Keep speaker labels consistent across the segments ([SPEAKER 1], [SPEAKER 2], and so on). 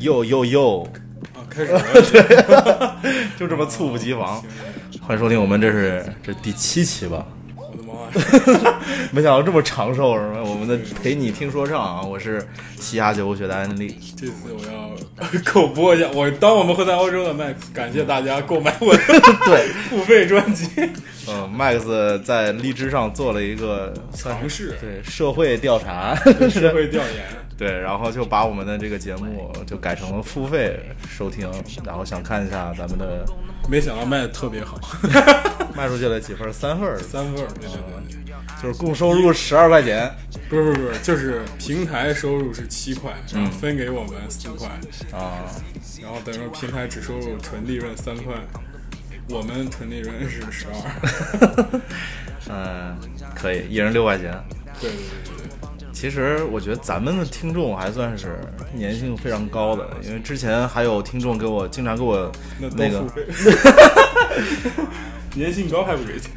[SPEAKER 1] 哟哟哟，
[SPEAKER 2] 啊，开始了，
[SPEAKER 1] 就这么猝不及防
[SPEAKER 2] 行。
[SPEAKER 1] 欢迎收听我们这是这第七期吧？
[SPEAKER 2] 我的妈呀！
[SPEAKER 1] 没想到这么长寿是吧？我们的陪你听说唱啊，我是西雅酒学的安利。
[SPEAKER 2] 这次我要口播一下，我当我们会在欧洲的 Max，感谢大家购买我的
[SPEAKER 1] 对，
[SPEAKER 2] 付费专辑。
[SPEAKER 1] 嗯，Max 在荔枝上做了一个算
[SPEAKER 2] 尝
[SPEAKER 1] 是
[SPEAKER 2] 试
[SPEAKER 1] 对社会调查，
[SPEAKER 2] 社会调研，
[SPEAKER 1] 对，然后就把我们的这个节目就改成了付费收听，然后想看一下咱们的
[SPEAKER 2] 没想到卖的特别好，
[SPEAKER 1] 卖出去了几份三份儿， 嗯
[SPEAKER 2] 三份儿，对对对，
[SPEAKER 1] 就是共收入十二块钱。
[SPEAKER 2] 不是不是不是，就是平台收入是七块，然后分给我们四块，
[SPEAKER 1] 啊，
[SPEAKER 2] 然后等于说平台只收入纯利润三块，我们纯利润是十二。
[SPEAKER 1] 嗯，可以，一人六块钱。
[SPEAKER 2] 对对对对对，
[SPEAKER 1] 其实我觉得咱们的听众还算是粘性非常高的，因为之前还有听众给我经常给我
[SPEAKER 2] 那
[SPEAKER 1] 那
[SPEAKER 2] 都付，
[SPEAKER 1] 个
[SPEAKER 2] 费。粘性高还不给钱，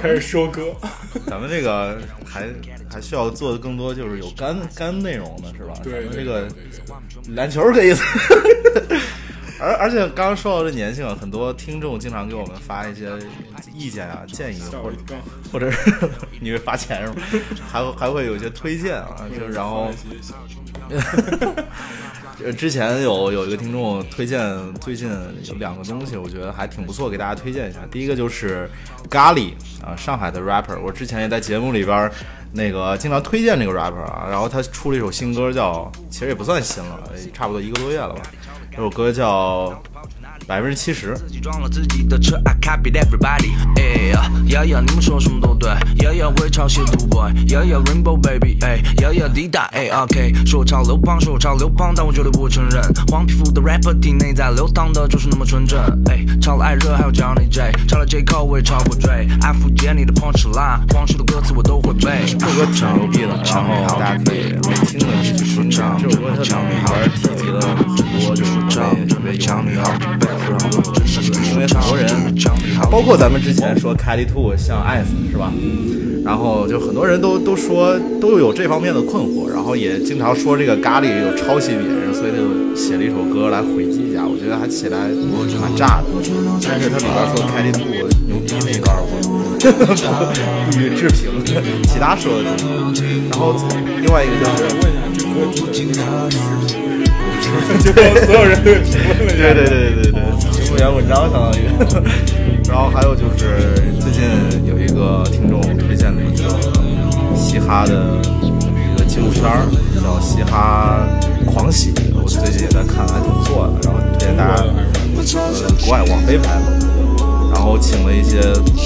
[SPEAKER 2] 开始
[SPEAKER 1] 们
[SPEAKER 2] 收割。
[SPEAKER 1] 咱们这个还还需要做的更多，就是有干干内容的是吧？
[SPEAKER 2] 对，
[SPEAKER 1] 咱们
[SPEAKER 2] 对
[SPEAKER 1] 这个
[SPEAKER 2] 对对对
[SPEAKER 1] 篮球这意思。 而而且刚刚说到这粘性啊，很多听众经常给我们发一些意见啊、建议，
[SPEAKER 2] 吓
[SPEAKER 1] 或
[SPEAKER 2] 我
[SPEAKER 1] 者
[SPEAKER 2] 一跳。
[SPEAKER 1] 或者 是你会罚钱是吗？还会还会有一些推荐啊，就然后呃，之前有有一个听众推荐最近有两个东西，我觉得还挺不错，给大家推荐一下。第一个就是咖喱啊，上海的 rapper，我之前也在节目里边儿那个经常推荐这个 rapper 啊，然后他出了一首新歌叫，其实也不算新了，也差不多一个多月了吧。这首歌叫百分之七十，
[SPEAKER 3] 自己装了自己的车，I copied everybody。哎呀，呀呀，你们说什么都对。呀呀，微潮亵渎 boy。呀呀，Rainbow baby。哎，呀呀，滴答。哎，OK。说唱流氓，说唱流氓，但我绝对不承认。黄皮肤的 rapper 体内在流淌的就是那么纯正。哎，唱了艾热，还有 Johnny J，唱了 J Cole，我也超过 J。安抚杰你的 punch line，黄色的歌词我都会背。
[SPEAKER 1] 这首歌挺牛逼的，然后大家可以听的去听一下。这首歌它里边儿提及了很多就是国内特别有名的 rapper 啊，因为很多人包括咱们之前说 Caddy Two 像 Ice 是吧？然后就很多人都都说都有这方面的困惑，然后也经常说这个咖喱有抄袭别人，所以他就写了一首歌来回击一下。我觉得还起来蛮炸的，但是他里边说 Caddy Two 牛逼那一段儿，我不予置评，其他说的都是。然后另外一个就是。
[SPEAKER 2] 就所有人都评论了一
[SPEAKER 1] 对
[SPEAKER 2] 下。
[SPEAKER 1] 对对对对，评论员文章相当于。然后还有就是最近有一个听众推荐了一个嘻哈的 一个纪录片儿，叫《嘻哈狂喜》，我最近也在看，还挺不错的。然后推荐大家，呃，国外网飞拍的。然后呃请了一些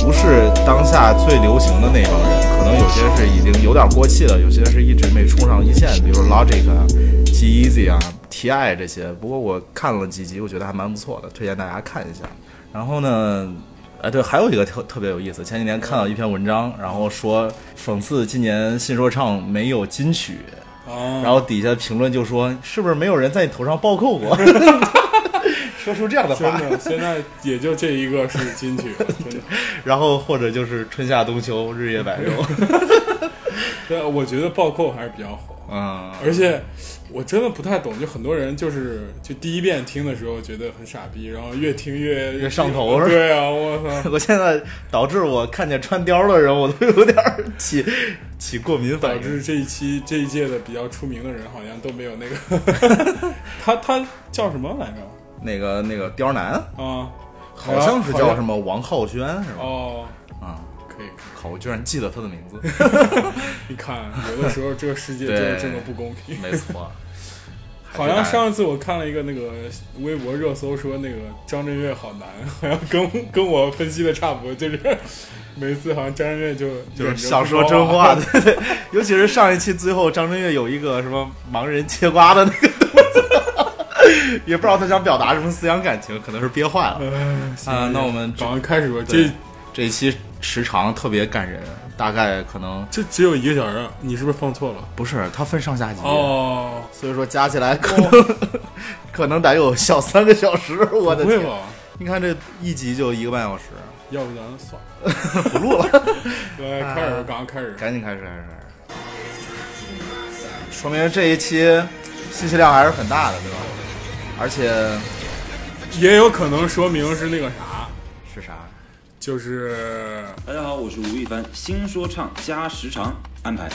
[SPEAKER 1] 不是当下最流行的那帮人，可能有些是已经有点过气了，有些是一直没冲上一线，比如 Logic 啊、G Easy 啊、T.I 这些。不过我看了几集，我觉得还蛮不错的，推荐大家看一下。然后呢，哎，对，还有一个特特别有意思，前几年看到一篇文章，然后说讽刺今年新说唱没有金曲，
[SPEAKER 2] 啊，
[SPEAKER 1] 然后底下评论就说是不是没有人在你头上暴扣过？说出这样的
[SPEAKER 2] 真
[SPEAKER 1] 话，
[SPEAKER 2] 的，现在也就这一个是金曲，真的。
[SPEAKER 1] 然后或者就是春夏冬秋，日 夜百昼。
[SPEAKER 2] 但我觉得暴扣还是比较好，
[SPEAKER 1] 啊，
[SPEAKER 2] 而且我真的不太懂，就很多人就是就第一遍听的时候觉得很傻逼，然后越听越
[SPEAKER 1] 越上头是吧
[SPEAKER 2] 对啊，我操！
[SPEAKER 1] 我现在导致我看见穿貂的人，我都有点儿起起过敏反
[SPEAKER 2] 导
[SPEAKER 1] 应。
[SPEAKER 2] 致这一期这一届的比较出名的人好像都没有那个， 他他叫什么来着？
[SPEAKER 1] 那个那个貂男
[SPEAKER 2] 啊，
[SPEAKER 1] 好像是叫什
[SPEAKER 2] 么？
[SPEAKER 1] 么王浩轩是吧？
[SPEAKER 2] 哦，
[SPEAKER 1] 啊，
[SPEAKER 2] 可以可以。
[SPEAKER 1] 靠，我居然记得他的名字，
[SPEAKER 2] 你看，啊有的时候这个世界就是这么不公 平。
[SPEAKER 1] 没错。
[SPEAKER 2] 好像上次我看了一个那个微博热搜，说那个张震岳好难，好像跟跟我分析的差不多，就是每次好像张震岳就啊
[SPEAKER 1] 就是想说真话，，对对，尤其是上一期最后张震岳有一个什么盲人切瓜的那个动作，也不知道他想表达什么思想感情，可能是憋坏了。
[SPEAKER 2] 哎
[SPEAKER 1] 啊那我们
[SPEAKER 2] 赶快开始吧，
[SPEAKER 1] 对
[SPEAKER 2] 这
[SPEAKER 1] 这一期时长特别感人，大概可能
[SPEAKER 2] 这只有一个小时， 你是不是放错了？
[SPEAKER 1] 不是它分上下集，
[SPEAKER 2] 哦，
[SPEAKER 1] 所以说加起来可能、可能得有小三个 小时。我的
[SPEAKER 2] 不会
[SPEAKER 1] 天，
[SPEAKER 2] 吧？
[SPEAKER 1] 你看这一集就一个半小时，
[SPEAKER 2] 要不咱算了，
[SPEAKER 1] 不录 了，啊
[SPEAKER 2] 来开始，赶快开始，
[SPEAKER 1] 赶紧开始，开始，开始说明这一期信息量还是很大的，对吧？而且
[SPEAKER 2] 也有可能说明是那个啥，
[SPEAKER 1] 是啥？
[SPEAKER 2] 就是
[SPEAKER 4] 大家好，我是吴亦凡，新说唱加时长安排。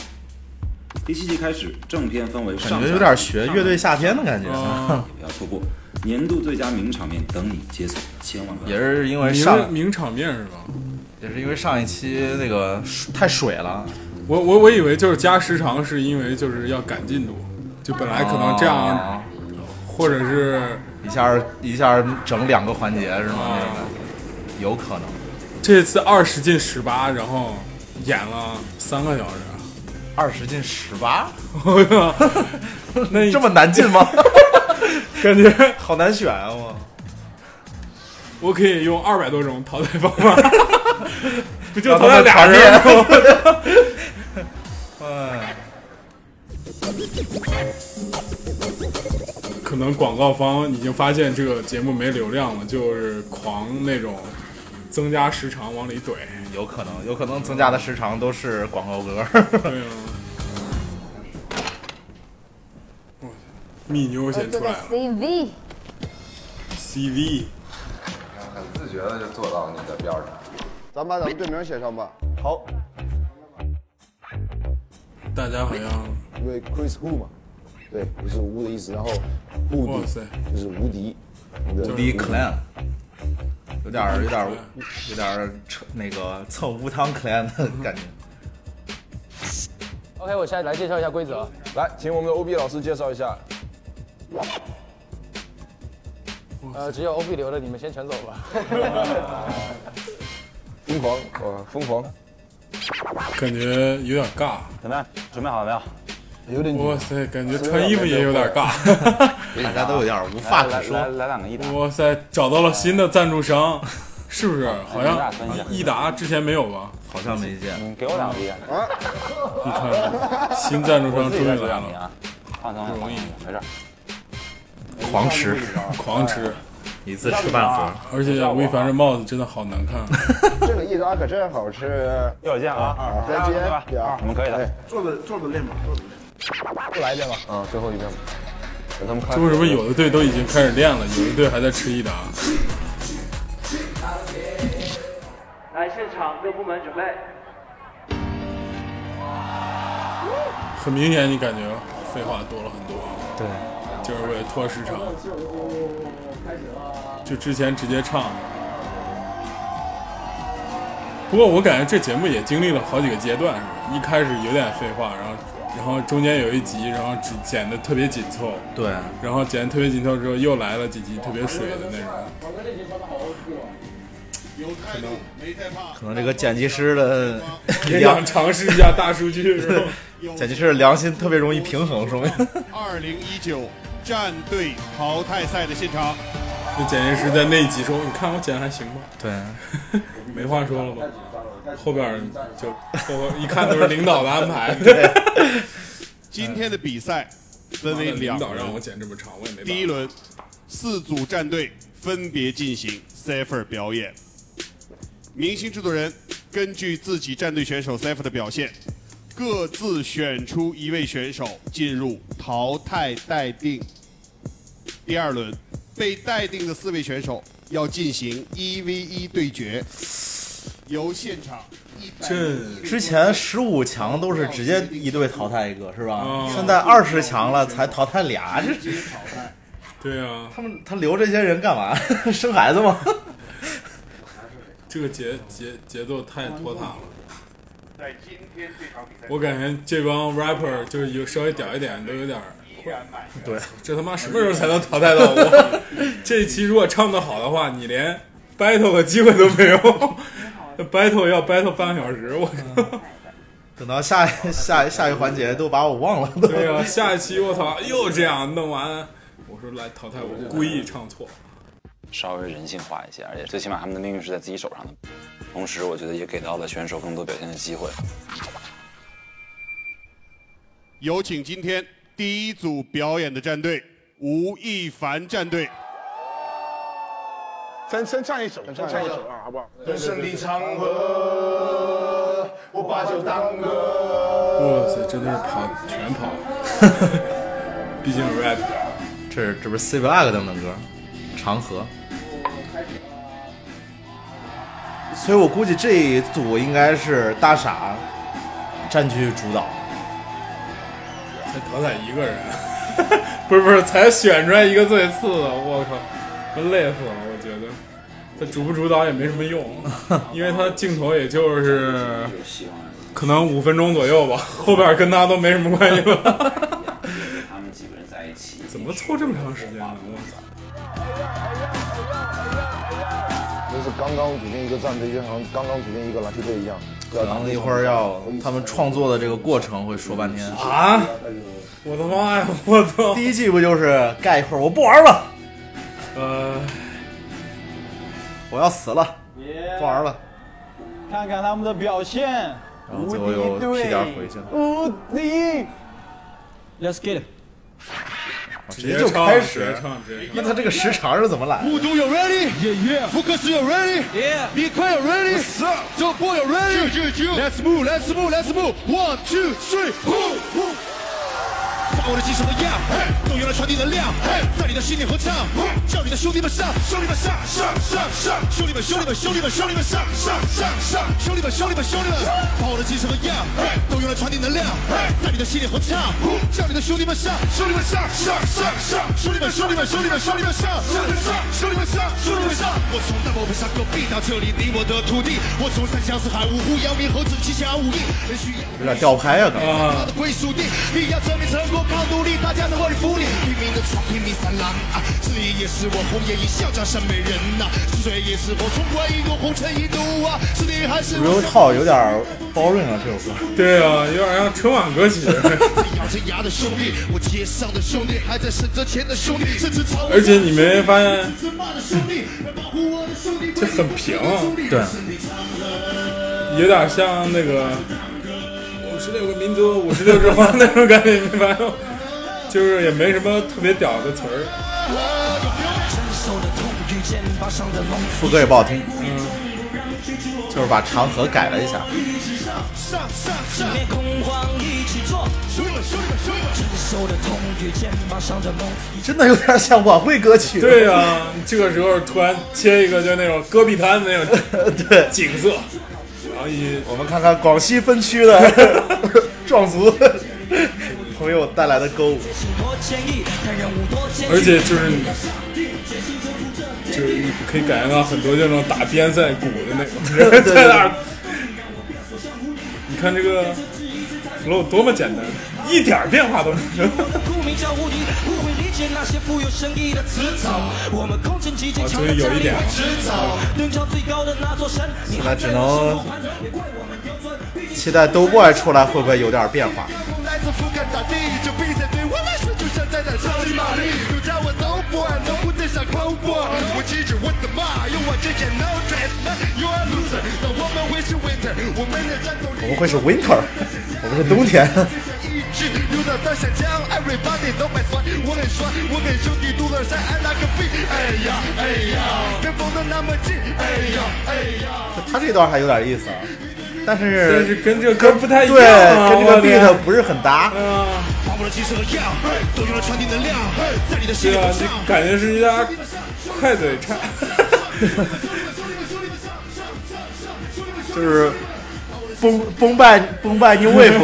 [SPEAKER 4] 第七集开始，正片分为上下
[SPEAKER 1] 感觉有点学乐队
[SPEAKER 4] 上
[SPEAKER 1] 夏天的感觉，
[SPEAKER 2] 啊，
[SPEAKER 4] 半，不要错过年度最佳名场面等你解锁，千万不要
[SPEAKER 1] 也是因为
[SPEAKER 2] 名
[SPEAKER 1] 上
[SPEAKER 2] 名场面是吧？
[SPEAKER 1] 也是因为上一期那个水太水了，
[SPEAKER 2] 我我我以为就是加时长是因为就是要赶进度，就本来可能这样，
[SPEAKER 1] 啊
[SPEAKER 2] 或者是
[SPEAKER 1] 一下儿一下儿整两个环节是吗？
[SPEAKER 2] 啊
[SPEAKER 1] 那种感觉有可能。
[SPEAKER 2] 这次二十进十八，然后演了三个小时。
[SPEAKER 1] 二十进十八，
[SPEAKER 2] 那
[SPEAKER 1] 这么难进吗？
[SPEAKER 2] 感觉
[SPEAKER 1] 好难选啊！我
[SPEAKER 2] 我可以用二百多种淘汰方 法，不就
[SPEAKER 1] 让
[SPEAKER 2] 淘
[SPEAKER 1] 他
[SPEAKER 2] 汰
[SPEAKER 1] 们
[SPEAKER 2] 俩
[SPEAKER 1] 团
[SPEAKER 2] 人吗？
[SPEAKER 1] 练。 哎，
[SPEAKER 2] 可能广告方已经发现这个节目没流量了，就是狂那种增加时长往里怼。
[SPEAKER 1] 有可能，有可能增加的时长都是广告歌。
[SPEAKER 2] 对啊，哇 蜜妞
[SPEAKER 5] 我
[SPEAKER 2] 先
[SPEAKER 5] 呃这
[SPEAKER 2] 出
[SPEAKER 5] 个
[SPEAKER 2] 来
[SPEAKER 6] 呃
[SPEAKER 2] 了
[SPEAKER 5] CV
[SPEAKER 2] ，CV
[SPEAKER 7] 很自觉的就坐到你的边儿上。
[SPEAKER 8] 咱把咱们队名写上吧。
[SPEAKER 1] 好，
[SPEAKER 2] 大家好像
[SPEAKER 8] 因为 Chris Who 嘛，对，就是无的意思。然后 Who
[SPEAKER 2] 哇塞
[SPEAKER 8] 就是无敌。无
[SPEAKER 1] 第一 clan，有点儿有点儿有点儿扯那个蹭乌汤 clan 的感觉。
[SPEAKER 9] OK，我现在来介绍一下规则。
[SPEAKER 7] 来，请我们的 OB 老师介绍一下。
[SPEAKER 9] 呃，只有 OB 留的，你们先全走 吧。
[SPEAKER 7] 疯狂，呃，疯狂，
[SPEAKER 2] 感觉有点尬。
[SPEAKER 4] 怎么样？准备好了没有？
[SPEAKER 8] 有点
[SPEAKER 2] 哇塞，感觉穿衣服也有点尬。
[SPEAKER 1] 大家都有点儿无话可说。
[SPEAKER 4] 来两个一打
[SPEAKER 2] 哇塞，找到了新的赞助 商，是不是？好像益达之前没有吧？
[SPEAKER 1] 好像没见，
[SPEAKER 4] 嗯你给我两个一打。
[SPEAKER 2] 你看，新赞助商终于来
[SPEAKER 4] 你
[SPEAKER 2] 了，
[SPEAKER 4] 啊，放松，
[SPEAKER 2] 容易
[SPEAKER 4] 没事儿。
[SPEAKER 1] 狂吃
[SPEAKER 2] 狂吃。
[SPEAKER 1] 一次吃半盒。
[SPEAKER 2] 而且吴亦凡这帽子真的好难看，
[SPEAKER 8] 这个一扎可真好吃。
[SPEAKER 4] 一会儿见啊，
[SPEAKER 8] 啊，再见。呀
[SPEAKER 4] 我们可以的。
[SPEAKER 8] 啊，最后一遍吧。给他们看。
[SPEAKER 2] 这为什么有的队都已经开始练了，有的队还在吃益达？
[SPEAKER 10] 来，现场各部门准备。
[SPEAKER 2] 很明显，你感觉废话多了很多。对，就是为了拖时长。就之前直接唱。不过我感觉这节目也经历了好几个阶段，是吧？一开始有点废话，然后然后中间有一集，然后只剪的特别紧凑，
[SPEAKER 1] 对，
[SPEAKER 2] 然后剪得特别紧凑之后又来了几集特别水的那种。
[SPEAKER 4] 啊
[SPEAKER 1] 可能这个剪辑 师的
[SPEAKER 2] 也
[SPEAKER 1] 良
[SPEAKER 2] 想尝试一下大数据， 是吧？
[SPEAKER 1] 剪辑师的良心特别容易平衡，说明。
[SPEAKER 11] 二零一九战队淘汰赛的现场，
[SPEAKER 2] 那剪辑师在那一集说：“你看我剪的还行吗？”
[SPEAKER 1] 对，
[SPEAKER 2] 没话说了吧？后边儿就后边一看都是领导的安排。 对，
[SPEAKER 11] 今天 的比赛分为
[SPEAKER 2] 领
[SPEAKER 11] 两
[SPEAKER 2] 导让我
[SPEAKER 11] 轮，
[SPEAKER 2] 剪这么长，我也没办法。
[SPEAKER 11] 第一轮四组战队分别进行 cipher 表演，明星制作人根据自己战队选手 cipher 的表现，各自选出一位选手进入淘汰待定。第二轮，被待定的四位选手要进行 E 一 v 一对决，由现场100
[SPEAKER 2] 这
[SPEAKER 1] 之前十五强都是直接一队淘汰一个，是吧？
[SPEAKER 2] 嗯
[SPEAKER 1] 现在二十强了才淘汰俩，这
[SPEAKER 11] 直接淘汰。
[SPEAKER 2] 对啊，
[SPEAKER 1] 他们他留这些人干嘛？ 生孩子吗？
[SPEAKER 2] 这个节节节奏太拖沓了。
[SPEAKER 11] 在今天这场比赛，
[SPEAKER 2] 我感觉这帮 rapper 就是有稍微屌一点都有点儿，
[SPEAKER 11] 依然满意。
[SPEAKER 2] 这他妈什么时候才能淘汰到我？ 这一期如果唱的好的话，你连 battle 的机会都没有。battle 要 battle 半个小时，我靠！
[SPEAKER 1] 等到下一下一下一环节都把我忘了，都
[SPEAKER 2] 对啊，下一期我操又这样弄完，我说来淘汰我，故意唱错。
[SPEAKER 4] 稍微人性化一些，而且最起码他们的命运是在自己手上的。同时，我觉得也给到了选手更多表现的机会。
[SPEAKER 11] 有请今天第一组表演的战队吴亦凡战队。
[SPEAKER 12] 先先唱一首，先唱一首啊，好不好？
[SPEAKER 2] 哇塞，真的是跑全跑。毕竟 rap。
[SPEAKER 1] 这是这不是 C Block 他们的歌，《长河》。所以我估计这一组应该是大傻占据主导。
[SPEAKER 2] 才淘汰一个人， 不是不是，才选出来一个最次的，我靠，都累死了，我觉得。他主不主导也没什么用，因为他镜头也就是可能五分钟左右吧， 后边跟他都没什么关系了。
[SPEAKER 4] 他们几个人在一起，
[SPEAKER 2] 怎么凑这么长时间呢？我操！
[SPEAKER 8] 这是刚刚组建一个战队，就好像刚刚组建一个篮球队一样。
[SPEAKER 1] 可能一会儿要他们创作的这个过程会说半天
[SPEAKER 2] 啊！我的妈呀！我操！
[SPEAKER 1] 第一季不就是盖一会儿我不玩了，
[SPEAKER 2] 呃，
[SPEAKER 1] 我要死了，不玩了，
[SPEAKER 5] 看看他们的表现，
[SPEAKER 1] 然后最后又屁颠儿回去了，
[SPEAKER 5] 无敌，Let's get it。
[SPEAKER 1] 直接就开始，那他这个时长是怎么来的？
[SPEAKER 5] 雾都有 ready，
[SPEAKER 11] 福克斯有 ready，李逵有 ready，周波有 ready，Let's move，Let's move，Let's move，One two three，Who？
[SPEAKER 13] 把我的精神都压，动员了传递能量，在你的心里合唱，叫你的兄弟们上，兄弟们上上上上，兄弟们兄弟们兄弟们兄弟们上上上上，兄弟们兄弟们兄弟们，把我的精神和压，动员了传递能量，在你的心里合唱，叫你的兄弟们上，兄弟们上上上上，兄弟们兄弟们兄弟们兄弟们上兄弟们上兄弟们上兄弟们上，我从大漠奔向戈壁到这里你我的土地，我从三江四海五湖扬名何止七侠五义，人需要。
[SPEAKER 1] 有点吊拍啊，刚才。
[SPEAKER 13] 他的归属地。你要证明成功靠努力，大家能为你服你。拼命的闯，拼命三郎啊！事业也是我，红颜一笑江山美人呐、是水也是我，冲冠一怒，红尘一怒啊！是你还是
[SPEAKER 1] Real
[SPEAKER 13] 我？
[SPEAKER 1] Talk 有点 boring 啊，这首歌。
[SPEAKER 2] 对啊，有点像春晚歌曲。
[SPEAKER 13] 咬着牙的兄弟，我街上的兄弟，还在省着钱的兄弟，甚至朝我
[SPEAKER 2] 而且你没发现
[SPEAKER 13] 自骂的兄弟，来保护我的兄弟，
[SPEAKER 2] 这很平
[SPEAKER 1] 对，
[SPEAKER 2] 有点像那个五十六个民族五十六之花那种感觉，明白吗？就是也没什么特别屌的词儿，
[SPEAKER 13] 啊
[SPEAKER 1] 副歌也不好听，
[SPEAKER 2] 嗯
[SPEAKER 1] 就是把长河改了一下。
[SPEAKER 13] 上上上，别恐慌，一起做，兄弟们兄弟们兄弟们，承受的痛与肩膀上的梦。
[SPEAKER 1] 真的有点像晚会歌曲。
[SPEAKER 2] 对啊呀、这个时候突然切一个就那种戈壁滩的那种
[SPEAKER 1] 对
[SPEAKER 2] 景色，然后一
[SPEAKER 1] 我们看看广西分区的 壮族 朋友带来的歌舞，
[SPEAKER 2] 而且就是就是你可以感觉到很多就那种打边塞鼓的那种人在那儿。你看这个 flow 多么简单，一点儿变化都没有。
[SPEAKER 13] 顾名叫无敌，不会理解那些富有深意的词藻。我们空城计较，强
[SPEAKER 2] 终于有一点了
[SPEAKER 13] 执早，登上最高的那座山。
[SPEAKER 1] 现在只能期待 d o Boy 出来会不会有点变化？
[SPEAKER 13] 风来自覆盖大地，这比赛对我来说就像在那超级玛丽。有着我脑波，能不能上空波？我记着我的妈，用我这件 no dress man you are loser。但我们会是 winner，我们的战斗力
[SPEAKER 1] 我们会是 Winter，我们是冬天。
[SPEAKER 13] 意志，有点大想将 everybody 都买酸。我很酸，我给兄弟杜乐山安了个屁。哎呀哎呀，别绷得那么紧。哎呀哎呀。
[SPEAKER 1] 他这段还有点意思，啊，但
[SPEAKER 2] 但
[SPEAKER 1] 是
[SPEAKER 2] 是跟这个歌不太一样啊
[SPEAKER 1] 对，跟这个
[SPEAKER 2] 我天
[SPEAKER 1] beat 不是很搭。
[SPEAKER 2] 啊
[SPEAKER 13] 把我的精神和样，都用来传递能量，在你的心
[SPEAKER 2] 对
[SPEAKER 13] 里
[SPEAKER 2] 啊，
[SPEAKER 13] 头
[SPEAKER 2] 你
[SPEAKER 13] 上。
[SPEAKER 2] 感觉是一家快嘴唱，
[SPEAKER 1] 就是崩崩败崩败 New Wave，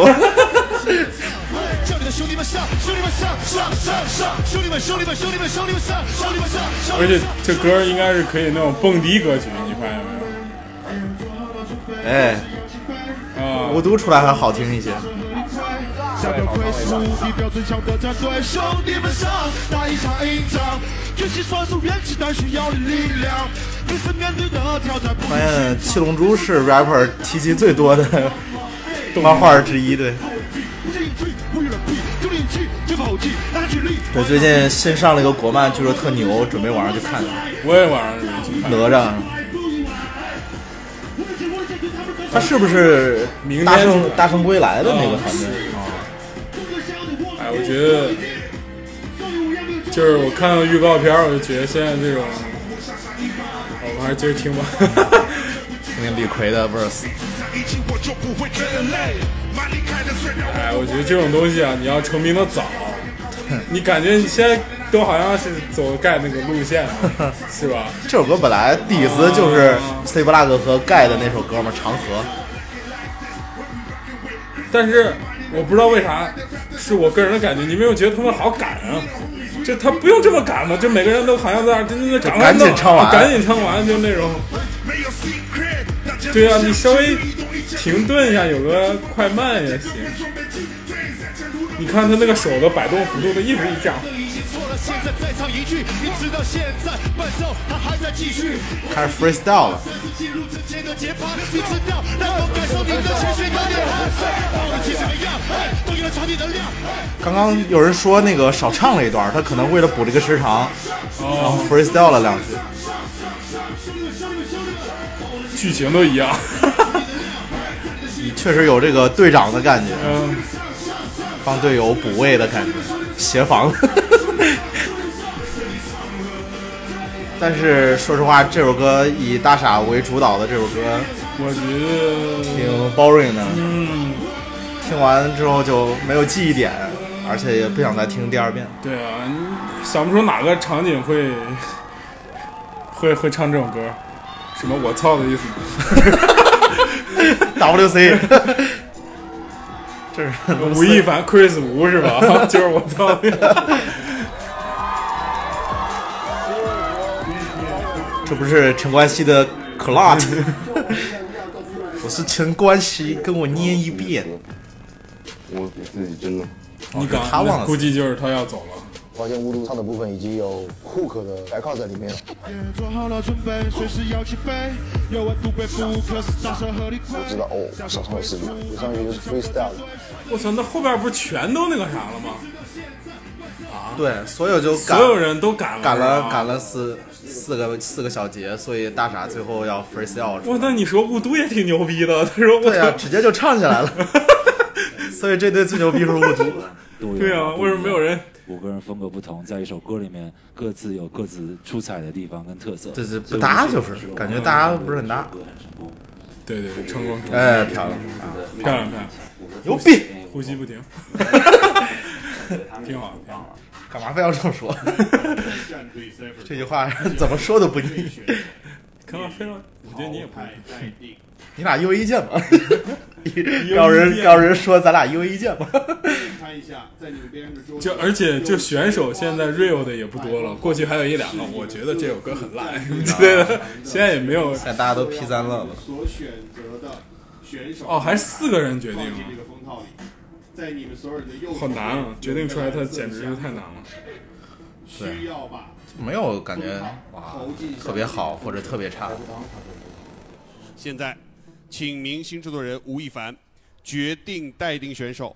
[SPEAKER 13] 叫你的兄弟们上，兄弟们上，上上上，兄弟们兄弟们兄弟们兄弟们上，兄弟们上，兄
[SPEAKER 2] 而且这歌应该是可以那种蹦迪歌曲，你发现没有？
[SPEAKER 1] 哎，
[SPEAKER 2] 啊，
[SPEAKER 1] 我读出来还好听一些。
[SPEAKER 13] 下表归属，地表最强的战队，兄弟们上，打一场硬仗，举起双手元气，但需要的力量，你是面对的挑战，不
[SPEAKER 1] 发现《七龙珠》是 rapper 提及最多的漫画之一，对。我最近新上了一个国漫，据说特牛，准备晚上去看
[SPEAKER 2] 我也晚上没去看。
[SPEAKER 1] 哪吒。他是不是
[SPEAKER 2] 明天
[SPEAKER 1] 大
[SPEAKER 2] 就
[SPEAKER 1] 圣
[SPEAKER 2] 是
[SPEAKER 1] 大圣归来的那个啊团队？
[SPEAKER 2] 嗯哎，我觉得就是我看到预告片儿，我就觉得现在这种，我们还是接着听 吧。
[SPEAKER 1] 听听李逵的 verse，
[SPEAKER 2] 哎，我觉得这种东西啊，你要成名的早，你感觉你现在都好像是走盖那个路线， 是吧？
[SPEAKER 1] 这首歌本来第一次就是 C Block 和盖的那首歌嘛，《长河》。
[SPEAKER 2] 但是我不知道为啥，是我个人的感觉，你没有觉得他们好赶啊？就他不用这么赶吗？就每个人都好像在那儿真的赶快
[SPEAKER 1] 赶紧
[SPEAKER 2] 弄啊
[SPEAKER 1] 唱完
[SPEAKER 2] 赶紧唱完就那种。对啊，你稍微停顿一下，有个快慢也行。你看他那个手的摆动幅度都一直一样，
[SPEAKER 13] 现在再唱一句，一直到现在，伴奏它还在继续。
[SPEAKER 1] 开始 freestyle 了。
[SPEAKER 13] 进入之间的节拍，你知道，让我感受你的情绪有点汗水。到底是什么样？哎，都用来传递能量。
[SPEAKER 1] 刚刚有人说那个少唱了一段，他可能为了补这个时长，然后 freestyle 了两句。
[SPEAKER 2] 剧情都 一样，
[SPEAKER 1] 确实有这个队长的感觉，
[SPEAKER 2] 嗯，
[SPEAKER 1] 帮队友补位的感觉，协防。 但是说实话，这首歌以大傻为主导的这首歌
[SPEAKER 2] 我觉
[SPEAKER 1] 挺
[SPEAKER 2] 得
[SPEAKER 1] boring 的，
[SPEAKER 2] 嗯，
[SPEAKER 1] 听完之后就没有记忆点，而且也不想再听第二遍。
[SPEAKER 2] 对啊，你想不出哪个场景会 会会唱这种歌，什么我操的意思吗
[SPEAKER 1] WC 这是
[SPEAKER 2] 吴亦凡 Chris 吴是吧？ 就是我操的意思。
[SPEAKER 1] 这不是陈冠希的 Clot，我是陈冠希，跟我念一遍。
[SPEAKER 8] 我自己真的，
[SPEAKER 9] 哦
[SPEAKER 2] 你刚
[SPEAKER 8] 他忘了
[SPEAKER 2] 估计就是他要走了。
[SPEAKER 8] 发现乌鲁唱的部分已经有 hook 的白靠在里面了。
[SPEAKER 13] 做好了准备，随时要起飞。要玩独背不可是大蛇和你
[SPEAKER 8] 我知道哦，小时候是我上去就是 freestyle，
[SPEAKER 2] 我操，那后边不是全都那个啥了吗？啊
[SPEAKER 1] 对，所有就赶
[SPEAKER 2] 所有人都赶了
[SPEAKER 1] 赶
[SPEAKER 2] 是
[SPEAKER 1] 了
[SPEAKER 2] 吧
[SPEAKER 1] 赶了四四个四个小节，所以大傻最后要 freestyle 出来。
[SPEAKER 2] 哇，那你说雾都也挺牛逼的，他说我
[SPEAKER 1] 对
[SPEAKER 2] 操
[SPEAKER 1] 啊，，直接就唱起 来了。所以这对最牛逼是雾都。
[SPEAKER 2] 对啊，为什么没有人？
[SPEAKER 14] 五个人风格不同，在一首歌里面各自有各自出彩的地方跟特色。
[SPEAKER 1] 对对不
[SPEAKER 14] 所以我
[SPEAKER 1] 搭
[SPEAKER 14] 觉得
[SPEAKER 1] 就是
[SPEAKER 14] 这首
[SPEAKER 1] 感觉
[SPEAKER 14] 歌
[SPEAKER 1] 搭不是很搭
[SPEAKER 14] 这首歌很成功
[SPEAKER 2] 对对对，成功成功，啊
[SPEAKER 1] 哎漂亮
[SPEAKER 2] 漂亮漂亮，
[SPEAKER 1] 牛逼，
[SPEAKER 2] 嗯呼吸 不停，挺好挺好。
[SPEAKER 1] 干嘛非要这 么说？
[SPEAKER 11] 战队 Cypher
[SPEAKER 1] 这句话怎么说都不腻。
[SPEAKER 2] 可能非常，我觉得你也不
[SPEAKER 1] 你俩一 v 一见吧，
[SPEAKER 2] 要
[SPEAKER 1] 让人让人说咱俩一 v 一见吧。
[SPEAKER 11] 看一下，在你们边上的桌 子
[SPEAKER 2] 就而且就选手现在 real 的也不多了，过去还有一两个，我觉得这首歌很烂，对的，现在也没 有，现在
[SPEAKER 1] 大家都 P 三了
[SPEAKER 11] 所选择的选手
[SPEAKER 2] 哦，还是四个人决定
[SPEAKER 11] 放进这个封套里，在你们所有人的右手
[SPEAKER 2] 好难啊，决定出来它简直是太难了。
[SPEAKER 11] 需要把
[SPEAKER 1] 没有感觉哇特别好或者特别差。
[SPEAKER 11] 现在，请明星制作人吴亦凡决定待定选手。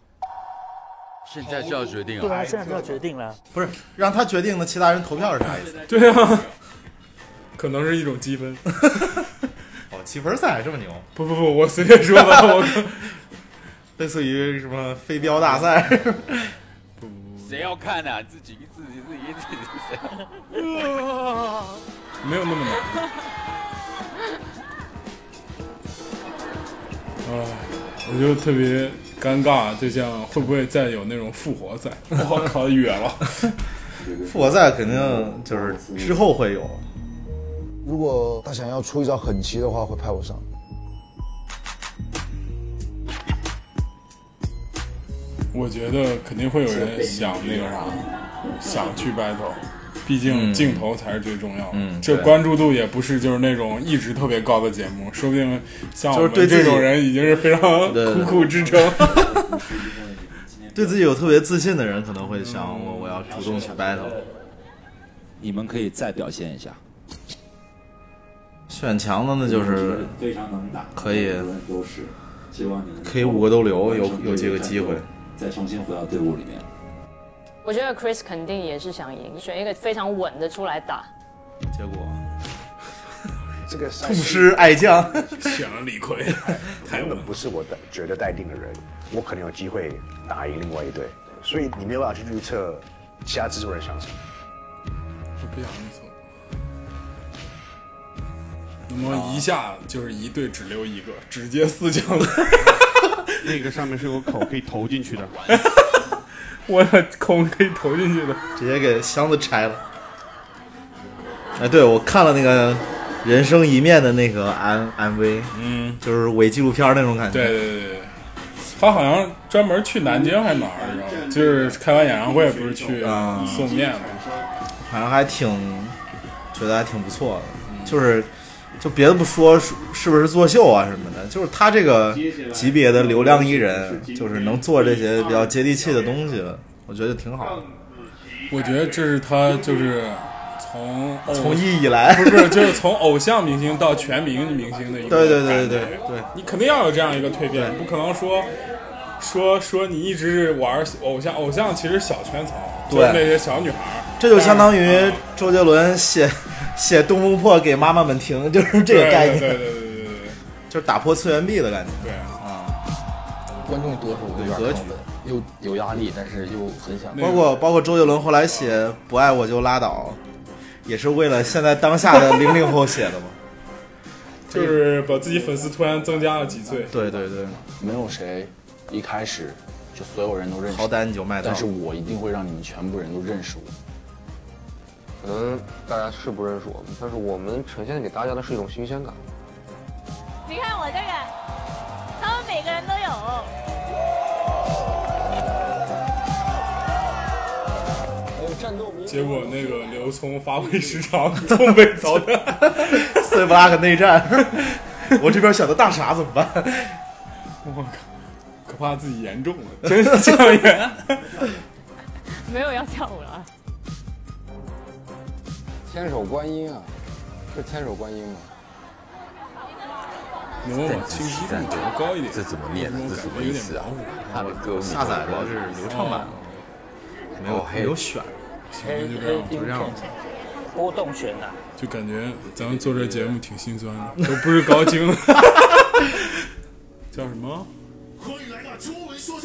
[SPEAKER 15] 现在就要决定
[SPEAKER 16] 对啊，现在就要决定了。
[SPEAKER 1] 不是让他决定的，其他人投票是啥意思？
[SPEAKER 2] 对啊， 可能是一种积分。
[SPEAKER 1] 哦，积分赛这么牛？
[SPEAKER 2] 不不不，我随便说 的，我
[SPEAKER 1] 类似于什么飞镖大 赛。
[SPEAKER 15] 谁要看啊？自己自己自己自己谁
[SPEAKER 13] 哇
[SPEAKER 2] 没有那么难。 哎，我就特别尴尬，就像会不会再有那种复活赛？我靠，远了。
[SPEAKER 1] 复活赛肯定就是之后会有，
[SPEAKER 8] 如果他想要出一招狠棋的话，会派我上。
[SPEAKER 2] 我觉得肯定会有人想那个啥，想去 battle，毕竟镜头才是最重要的。
[SPEAKER 1] 嗯
[SPEAKER 2] 这
[SPEAKER 1] 对
[SPEAKER 2] 关注度也不是就是那种一直特别高的节目，说不定像我
[SPEAKER 1] 就是
[SPEAKER 2] 们
[SPEAKER 1] 对自己
[SPEAKER 2] 这种人已经是非常苦苦支撑。
[SPEAKER 1] 对自己有特别自信的人可能会想我我要主动去 battle。
[SPEAKER 14] 你们可以再表现一下，
[SPEAKER 1] 选强的那就是
[SPEAKER 14] 非常能打，
[SPEAKER 1] 可以
[SPEAKER 14] 很多人都是。希望你能
[SPEAKER 1] 可以五个都留，有有这个机会。
[SPEAKER 14] 再重新回到队伍里面。
[SPEAKER 17] 我觉得 Chris 肯定也是想赢，选一个非常稳的出来打。
[SPEAKER 1] 结果
[SPEAKER 12] 这个
[SPEAKER 1] 痛失爱将，
[SPEAKER 2] 选了李逵，
[SPEAKER 12] 根本不是我哎的觉得待定的人，我可能有机会打赢另外一队，所以你没有办法去预测其他制作人想什么。
[SPEAKER 2] 我不想预测。那么一下就是一队只留一个，直 接四强了。
[SPEAKER 11] 那个上面是有口可以投进去的。
[SPEAKER 2] 我的空可以投进去的，
[SPEAKER 1] 直接给箱子拆了。哎，对，我看了那个《人生一面》的那个 M MV，
[SPEAKER 2] 嗯，
[SPEAKER 1] 就是伪纪录片那种感觉。
[SPEAKER 2] 对对对对，他好像专门去南京还是哪儿，你知道吗？就是开完演唱会不是去
[SPEAKER 1] 啊
[SPEAKER 2] 送面吗？
[SPEAKER 1] 反正还挺，觉得还挺不错的。就是，就别的不说，是是不是作秀啊什么的，就是他这个级别的流量艺人，就是能做这些比较接地气的东西，我觉得挺好的。
[SPEAKER 2] 我觉得这是他就是从偶
[SPEAKER 1] 从艺以来
[SPEAKER 2] 不是不是，就是从偶像明星到全民明星的一个
[SPEAKER 1] 对对
[SPEAKER 2] 感
[SPEAKER 1] 对
[SPEAKER 2] 觉
[SPEAKER 1] 对对对，
[SPEAKER 2] 你肯定要有这样一个蜕变，你不可能说说说你一直是玩偶像，偶像其实小圈层，
[SPEAKER 1] 对
[SPEAKER 2] 就是那些小女孩儿，
[SPEAKER 1] 这就相当于周杰伦写 写《东风破》给妈妈们听，就是这个概念，
[SPEAKER 2] 对对对对对对，
[SPEAKER 1] 就是打破次元壁的感觉。
[SPEAKER 2] 对
[SPEAKER 1] 啊，
[SPEAKER 9] 观众多数都有点
[SPEAKER 1] 格
[SPEAKER 9] 抗拒，又有压力，但是又很想。
[SPEAKER 1] 包括包括周杰伦后来写《不爱我就拉倒》，也是为了现在当下的零零后写的嘛。
[SPEAKER 2] 就是把自己粉丝突然增加了几岁。
[SPEAKER 1] 对对对，
[SPEAKER 9] 没有谁一开始就所有人都认识。
[SPEAKER 1] 好单你就卖到
[SPEAKER 9] 但是我一定会让你们全部人都认识我。
[SPEAKER 7] 可能大家是不认识我们，但是我们呈现给大家的是一种新鲜感。
[SPEAKER 16] 你看我这个，他们每个人都有。
[SPEAKER 2] 结果那个刘聪发挥失常，痛 被淘 汰。
[SPEAKER 1] 塞布拉克内战， 我这边想的大傻怎么办？
[SPEAKER 2] 我靠，可怕自己严重了， 真是教员。
[SPEAKER 1] 哦
[SPEAKER 17] 没有要跳舞了啊。
[SPEAKER 7] 千手观音啊，是千手观音吗？
[SPEAKER 2] 你问我清晰度比较高一点，这怎么念
[SPEAKER 18] 这什么意思啊？他的歌
[SPEAKER 1] 下载的是流畅版的没有没有选，
[SPEAKER 2] 那就这样，就这样吧。
[SPEAKER 19] 波动拳啊，
[SPEAKER 2] 就感觉咱们做这节目挺心酸的，都不是高精 了。叫什么？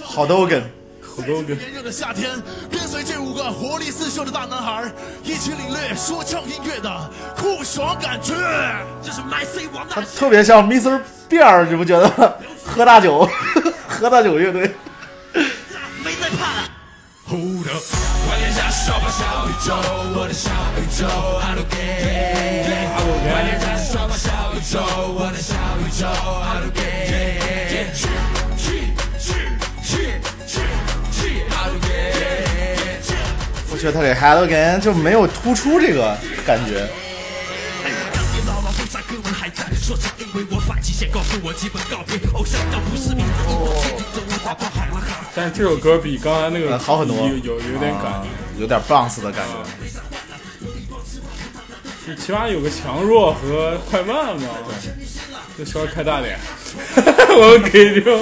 [SPEAKER 1] 好逗哏，
[SPEAKER 2] 好逗哏。
[SPEAKER 13] 炎热的夏天，跟随这五个活力四射的大男孩，一起领略说唱音乐的酷爽感觉。这是 My C 王大
[SPEAKER 1] 他特别像 Mr. Bear，你不觉得吗？喝大酒， 喝大酒乐队。
[SPEAKER 13] Hold up，快点下手吧，小宇宙，我的小宇宙，I don't care。快点下手吧，小宇宙，我的小宇宙，I don't care。去去去去去去，I don't care。
[SPEAKER 1] 我觉得他给 Hello Again 就没有突出这个感觉。
[SPEAKER 13] 老了不扎根，我还在说唱，因为我发际线告诉我基本告别偶像倒不是你的英文听你的文化不好了。
[SPEAKER 2] 但是这首歌比刚才那个
[SPEAKER 1] 呃好很多
[SPEAKER 2] 有有有点感
[SPEAKER 1] 啊，有点 bounce 的感觉。
[SPEAKER 2] 就起码有个强弱和快慢嘛。就稍微开大点， 我们给这种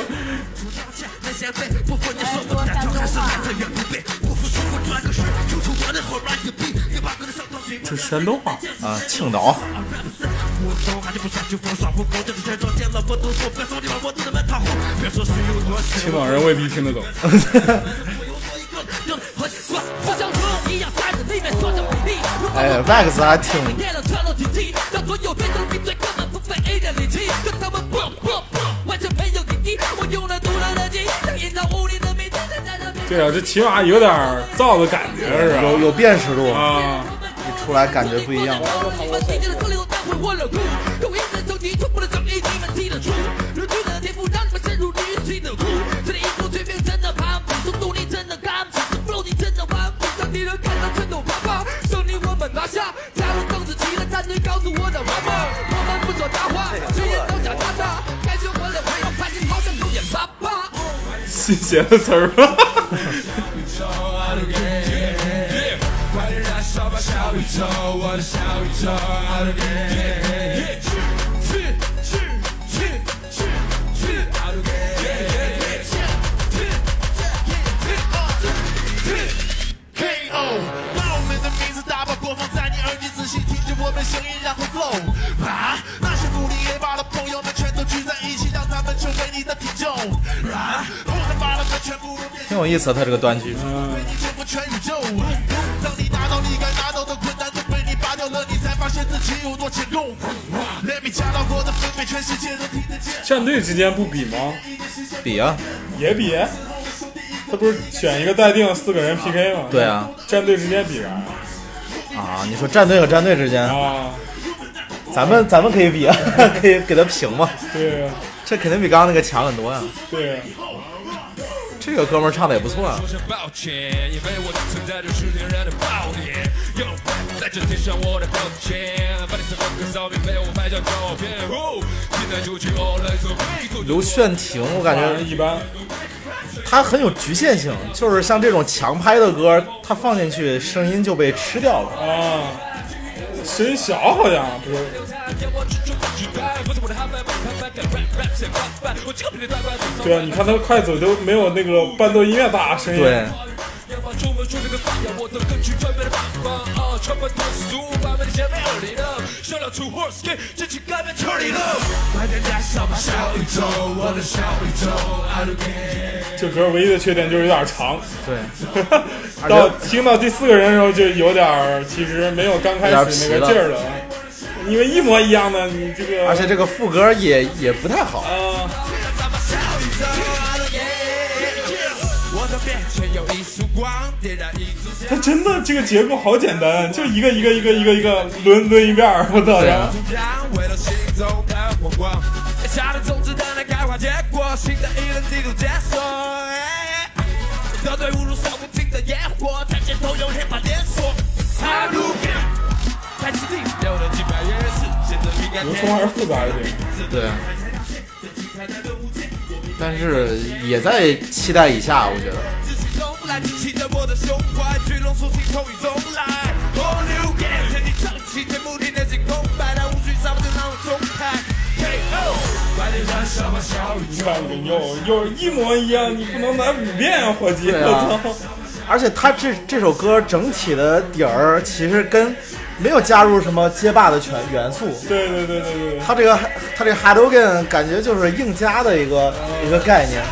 [SPEAKER 13] 那些被不分的说我难道还是来自远不被不服输我转个身，求求我的火软硬币，你把我的上头水
[SPEAKER 2] 这是山东话
[SPEAKER 1] 啊，青岛。
[SPEAKER 13] 我从还是不想去封锁，我搞这些多见了，我都做，别说你把我的门踏户，别说谁有多深。
[SPEAKER 2] 青岛人未必听得懂。
[SPEAKER 13] 任何我不像猪一样站着立面说着比例。
[SPEAKER 1] 哎，Max 还挺
[SPEAKER 13] 练了穿了体积，让所有变成闭嘴，根本不费一点力气，跟他们蹦蹦蹦，完全没有敌意。我用了独特的技，想隐藏无力的秘密。
[SPEAKER 2] 对啊，这起码有点燥的感觉是吧？
[SPEAKER 1] 有有辨识度
[SPEAKER 2] 啊，
[SPEAKER 1] 一出来感觉不一样。
[SPEAKER 13] 你们听见了这里，我待会我冷酷，用一人手机全部的掌力，你们听得出。如今的天赋让你们陷入你心的苦，这里一副蜕变真的攀比，速度你真的干不，这不你真的顽固，让敌人看到拳头啪啪，胜利我们拿下。加入邓紫棋的战队，告诉我的玩伴，我们不说大话，谁也都假大大，该学我的朋友拍进好像有点爸爸。
[SPEAKER 2] 新写的词儿吧。
[SPEAKER 13] 快点燃烧吧，小宇宙，我的小宇宙，I don't care。去去去去去去，I don't care。去去去去去。KO，把我们的名字打包播放在你耳机，仔细听着我们声音，然后 flow。啊，那些努力也罢的朋友们，全都聚在一起，让他们成为你的体重。啊，后来把他们全部都变
[SPEAKER 1] 挺有意思的，他这个短剧。
[SPEAKER 2] 嗯
[SPEAKER 13] 征服全宇宙。当你拿到你该拿到的困难都被你拔掉了，你才发现自己有多成功。Let me 加到我的分贝，全世界都听得见。
[SPEAKER 2] 战队之间不比吗？
[SPEAKER 1] 比啊，
[SPEAKER 2] 也比。他不是选一个待定四个人 PK 吗？
[SPEAKER 1] 对啊，
[SPEAKER 2] 战队之间比啥呀？
[SPEAKER 1] 啊，你说战队和战队之间，
[SPEAKER 2] 啊，
[SPEAKER 1] 咱们咱们可以比啊， 可以给他平嘛。
[SPEAKER 2] 对啊，
[SPEAKER 1] 这肯定比刚刚那个强很多呀、
[SPEAKER 2] 对啊，
[SPEAKER 1] 这个哥们儿唱的也不错啊。
[SPEAKER 20] 说声抱歉，因为我的存在就是天然的暴烈。哟，在这贴上我的标签，把你所有的骚逼被我拍张照片。哦，现在就去 all in，所谓做
[SPEAKER 1] 刘炫廷，我感觉
[SPEAKER 2] 一般，
[SPEAKER 1] 他很有局限性，就是像这种强拍的歌，他放进去声音就被吃掉了。
[SPEAKER 2] 啊，声音小好像不是，对啊，你看他快走就没有那个伴奏音乐大声音，
[SPEAKER 1] 对，
[SPEAKER 2] 这歌唯一的缺点就是有点长，
[SPEAKER 1] 对，
[SPEAKER 2] 到听到第四个人的时候就有点儿其实没有刚开始那个劲儿
[SPEAKER 1] 有点
[SPEAKER 2] 了，因为一模一样的你这个，
[SPEAKER 1] 而且这个副歌也也不太好。
[SPEAKER 2] 啊，它真的这个结构好简单，啊就一个一个一个一个一个轮轮一遍儿，我操！
[SPEAKER 1] 啊
[SPEAKER 2] 然后流程还是复杂一点，
[SPEAKER 1] 对，但是也在期待以下，我觉得。
[SPEAKER 2] 你看你又又一模一样，你不能来五遍啊，伙计！
[SPEAKER 1] 对啊
[SPEAKER 2] 我操！
[SPEAKER 1] 而且他这这首歌整体的底儿其实跟没有加入什么街霸的全元素，
[SPEAKER 2] 对对对对对，
[SPEAKER 1] 他这个他这个 Hadogen 感觉就是硬加的一个一个概念，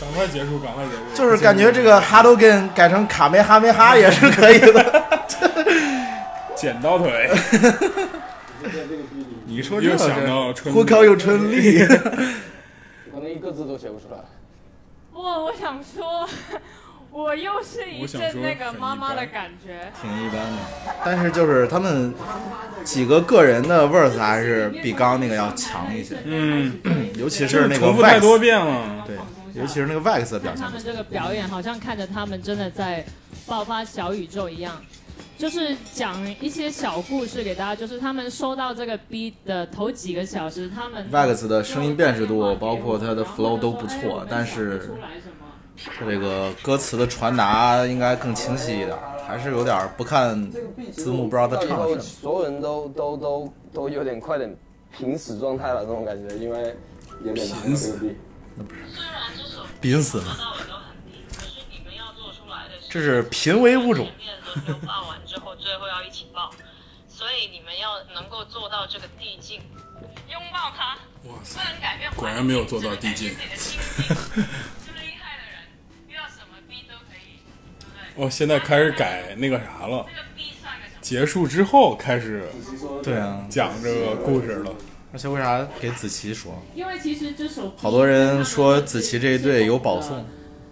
[SPEAKER 2] 赶快结束，赶快结束，
[SPEAKER 1] 就是感觉这个 Hadogen 改成卡梅哈梅哈也是可以的。
[SPEAKER 2] 剪刀 腿。
[SPEAKER 1] 你
[SPEAKER 2] 说这个又想到春
[SPEAKER 1] 火烤有春丽，
[SPEAKER 9] 我连一个字都写不出来。
[SPEAKER 21] 我我想说，我又是一
[SPEAKER 1] 我想
[SPEAKER 21] 阵
[SPEAKER 1] 说
[SPEAKER 21] 那个
[SPEAKER 1] 很一
[SPEAKER 21] 妈妈的
[SPEAKER 1] 般
[SPEAKER 21] 感觉。
[SPEAKER 1] 挺一般的。但是就是他们几个个人的 verse 还是比刚刚那个要强一些，
[SPEAKER 2] 嗯，
[SPEAKER 1] 尤其是
[SPEAKER 2] 就
[SPEAKER 1] 那
[SPEAKER 2] 是
[SPEAKER 1] 个
[SPEAKER 2] 重复太
[SPEAKER 1] Vex
[SPEAKER 2] 多遍了
[SPEAKER 1] 对，尤其是那个 Vex 的表现
[SPEAKER 17] 他。们这个表演好像看着他们真的在爆发小宇宙一样，就是讲一些小故事给大家。就是他们收到这个 B 的头几个小时，他们
[SPEAKER 1] Vex 的声音辨识度，包括它的 flow 都不错，但是它这个歌词的传达应该更清晰一点，还是有点不看字幕不知道他唱
[SPEAKER 7] 到
[SPEAKER 1] 了
[SPEAKER 7] 以后
[SPEAKER 1] 什么。
[SPEAKER 7] 所有人都都都都有点快点濒死状态了，这种感觉，因为有点
[SPEAKER 1] 濒死
[SPEAKER 7] 牛逼
[SPEAKER 1] 濒死了，这是濒危物种。
[SPEAKER 2] 哇塞， 果然没有做到递 进。哦，现在开始改那个啥了，结束之后开始，
[SPEAKER 1] 对啊
[SPEAKER 2] 讲这个故事了。
[SPEAKER 1] 而且为啥给子琪说？
[SPEAKER 17] 因为其实这首
[SPEAKER 1] 好多人说子琪这一队有保送，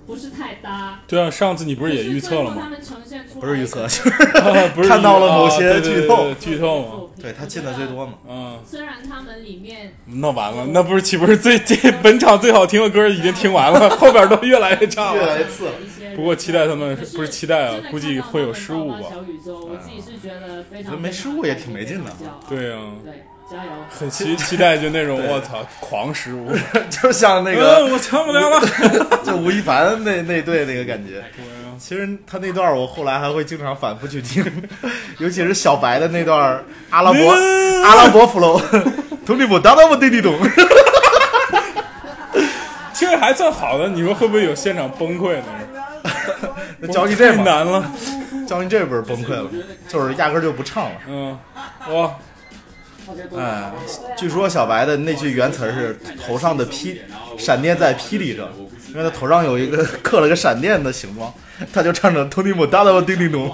[SPEAKER 17] 不是太搭，
[SPEAKER 2] 对啊，上次你不是也预测了
[SPEAKER 17] 他
[SPEAKER 2] 吗？
[SPEAKER 17] 们呈现出
[SPEAKER 1] 不是预测，就
[SPEAKER 2] 不是
[SPEAKER 1] 看到了某
[SPEAKER 2] 啊对
[SPEAKER 1] 些
[SPEAKER 2] 对
[SPEAKER 1] 剧
[SPEAKER 2] 对
[SPEAKER 1] 透
[SPEAKER 2] 对，剧透嘛。
[SPEAKER 1] 对他进的最多嘛。
[SPEAKER 2] 嗯，
[SPEAKER 17] 虽然他们里面
[SPEAKER 2] 那完了，那不是岂不是最这本场最好听的歌已经听完 了，后边都越来越差了，
[SPEAKER 17] 越来越次。
[SPEAKER 2] 不过期待他们不是期待啊，估计会有失误吧。
[SPEAKER 17] 小宇宙，我自己是觉得非
[SPEAKER 1] 觉得
[SPEAKER 17] 常
[SPEAKER 1] 没失误也挺没劲的，
[SPEAKER 2] 对啊，
[SPEAKER 17] 对，加油。
[SPEAKER 2] 很期期待就那种
[SPEAKER 1] 对
[SPEAKER 2] 我操狂失 误，
[SPEAKER 1] 就像那个
[SPEAKER 2] 嗯我成不了了，
[SPEAKER 1] 就吴亦凡那那队那个感觉。其实他那段我后来还会经常反复 去听，尤其是小白的那段阿拉伯
[SPEAKER 2] 嗯
[SPEAKER 1] 阿拉伯 flow，咚里不当当不滴 滴咚，
[SPEAKER 2] 听着还算好的，你说会不会有现场崩 溃那种？
[SPEAKER 1] 教你 这
[SPEAKER 2] 太
[SPEAKER 1] 本
[SPEAKER 2] 难了，
[SPEAKER 1] 教你这本崩溃了，就是压根儿就不唱了。
[SPEAKER 2] 嗯，哇，
[SPEAKER 1] 哎，据说小白的那句原词儿是头上的霹闪电在霹雳着，因为他头上有一个 刻了个闪电的形状，他就唱着“通尼姆哒哒叮叮咚”，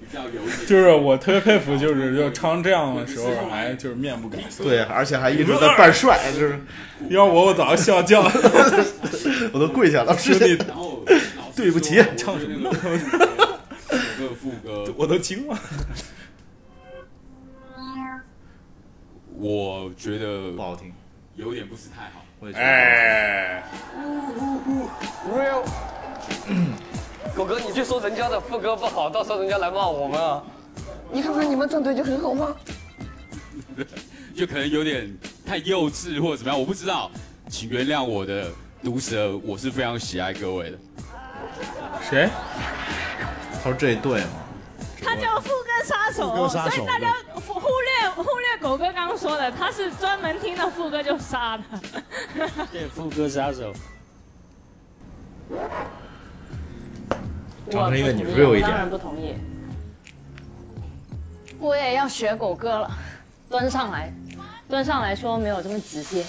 [SPEAKER 2] 就是我特别佩服，就是就唱这样的时候还就是面不改色，
[SPEAKER 1] 对，而且还一直在扮帅，就是
[SPEAKER 2] 要我我早就笑叫了，
[SPEAKER 1] 我都跪下了，
[SPEAKER 2] 兄 弟，
[SPEAKER 1] 对不起，唱什么呢？
[SPEAKER 15] 副歌，
[SPEAKER 2] 我都惊了。
[SPEAKER 15] 我觉得
[SPEAKER 1] 不好听，
[SPEAKER 15] 有点不是太好。
[SPEAKER 1] 我也觉得
[SPEAKER 2] 哎，
[SPEAKER 9] real。狗哥，你去说人家的副歌不好，到时候人家来骂我们啊！
[SPEAKER 13] 你看看你们战队就很好吗？
[SPEAKER 15] 就可能有点太幼稚或者怎么样，我不知道，请原谅我的毒舌，我是非常喜爱各位的。
[SPEAKER 2] 谁？
[SPEAKER 1] 他说这对吗？
[SPEAKER 16] 他叫副歌杀手，
[SPEAKER 1] 副歌杀手
[SPEAKER 16] 所以大家忽忽略忽略狗哥刚刚说的，他是专门听到副歌就杀的。
[SPEAKER 19] 对，副歌杀手。
[SPEAKER 1] 长成一个你
[SPEAKER 6] 我
[SPEAKER 1] real 一
[SPEAKER 6] 当
[SPEAKER 1] 点
[SPEAKER 6] 然，不同意。我也要学狗哥了，端上来，端上来说没有这么直接。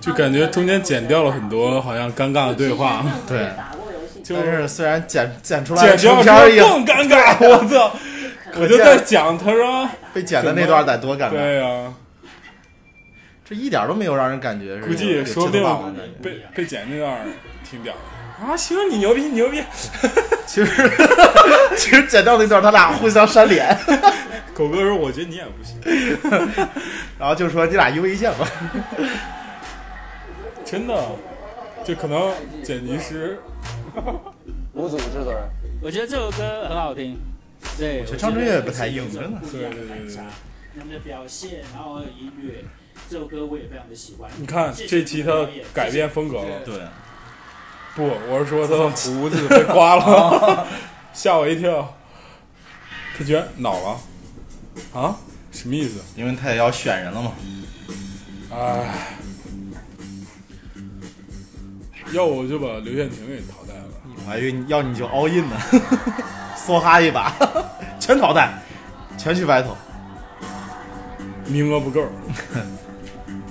[SPEAKER 2] 就感觉中间剪掉了很多好像尴尬的对话，
[SPEAKER 1] 对，
[SPEAKER 2] 就
[SPEAKER 1] 但是虽然剪剪出
[SPEAKER 2] 剪
[SPEAKER 1] 来
[SPEAKER 2] 掉
[SPEAKER 1] 成
[SPEAKER 2] 之
[SPEAKER 1] 片
[SPEAKER 2] 后
[SPEAKER 1] 儿也
[SPEAKER 2] 更尴尬， 我操！我就在想，他说
[SPEAKER 1] 被剪的那段得多尴尬，
[SPEAKER 2] 对呀、
[SPEAKER 1] 这一点都没有让人感觉是
[SPEAKER 2] 估计
[SPEAKER 1] 有
[SPEAKER 2] 说不
[SPEAKER 1] 制
[SPEAKER 2] 定
[SPEAKER 1] 度霸王的感觉
[SPEAKER 2] 被被剪那段儿听掉了啊！行，你牛逼，你牛逼！
[SPEAKER 1] 其实 其实剪掉那段，他俩互相扇脸，
[SPEAKER 2] 狗哥说：“我觉得你也不行。
[SPEAKER 1] 然后就说你俩 U 一线吧。
[SPEAKER 2] 真的，就可能剪辑师
[SPEAKER 19] 无组制作人，我觉得这首歌很好听。对，我
[SPEAKER 1] 觉得张震岳不太硬真的
[SPEAKER 2] 对对对对。
[SPEAKER 22] 你们的表现，然后还有音乐，这首歌我也非常的喜欢。
[SPEAKER 2] 你看
[SPEAKER 22] 谢谢
[SPEAKER 2] 这期
[SPEAKER 22] 你们的
[SPEAKER 2] 他
[SPEAKER 22] 表演
[SPEAKER 2] 改变风格了。
[SPEAKER 1] 对，
[SPEAKER 2] 不，我是说他的胡子被刮
[SPEAKER 1] 啊
[SPEAKER 2] 了， 吓我一跳。他居然恼了啊？什么意思？
[SPEAKER 1] 因为他也要选人了嘛。
[SPEAKER 2] 唉， 要我就把刘宪廷给淘汰了。
[SPEAKER 1] 我还以为你要你就 all in 呢，梭哈一把，全淘汰，全去 battle。
[SPEAKER 2] 名额不够。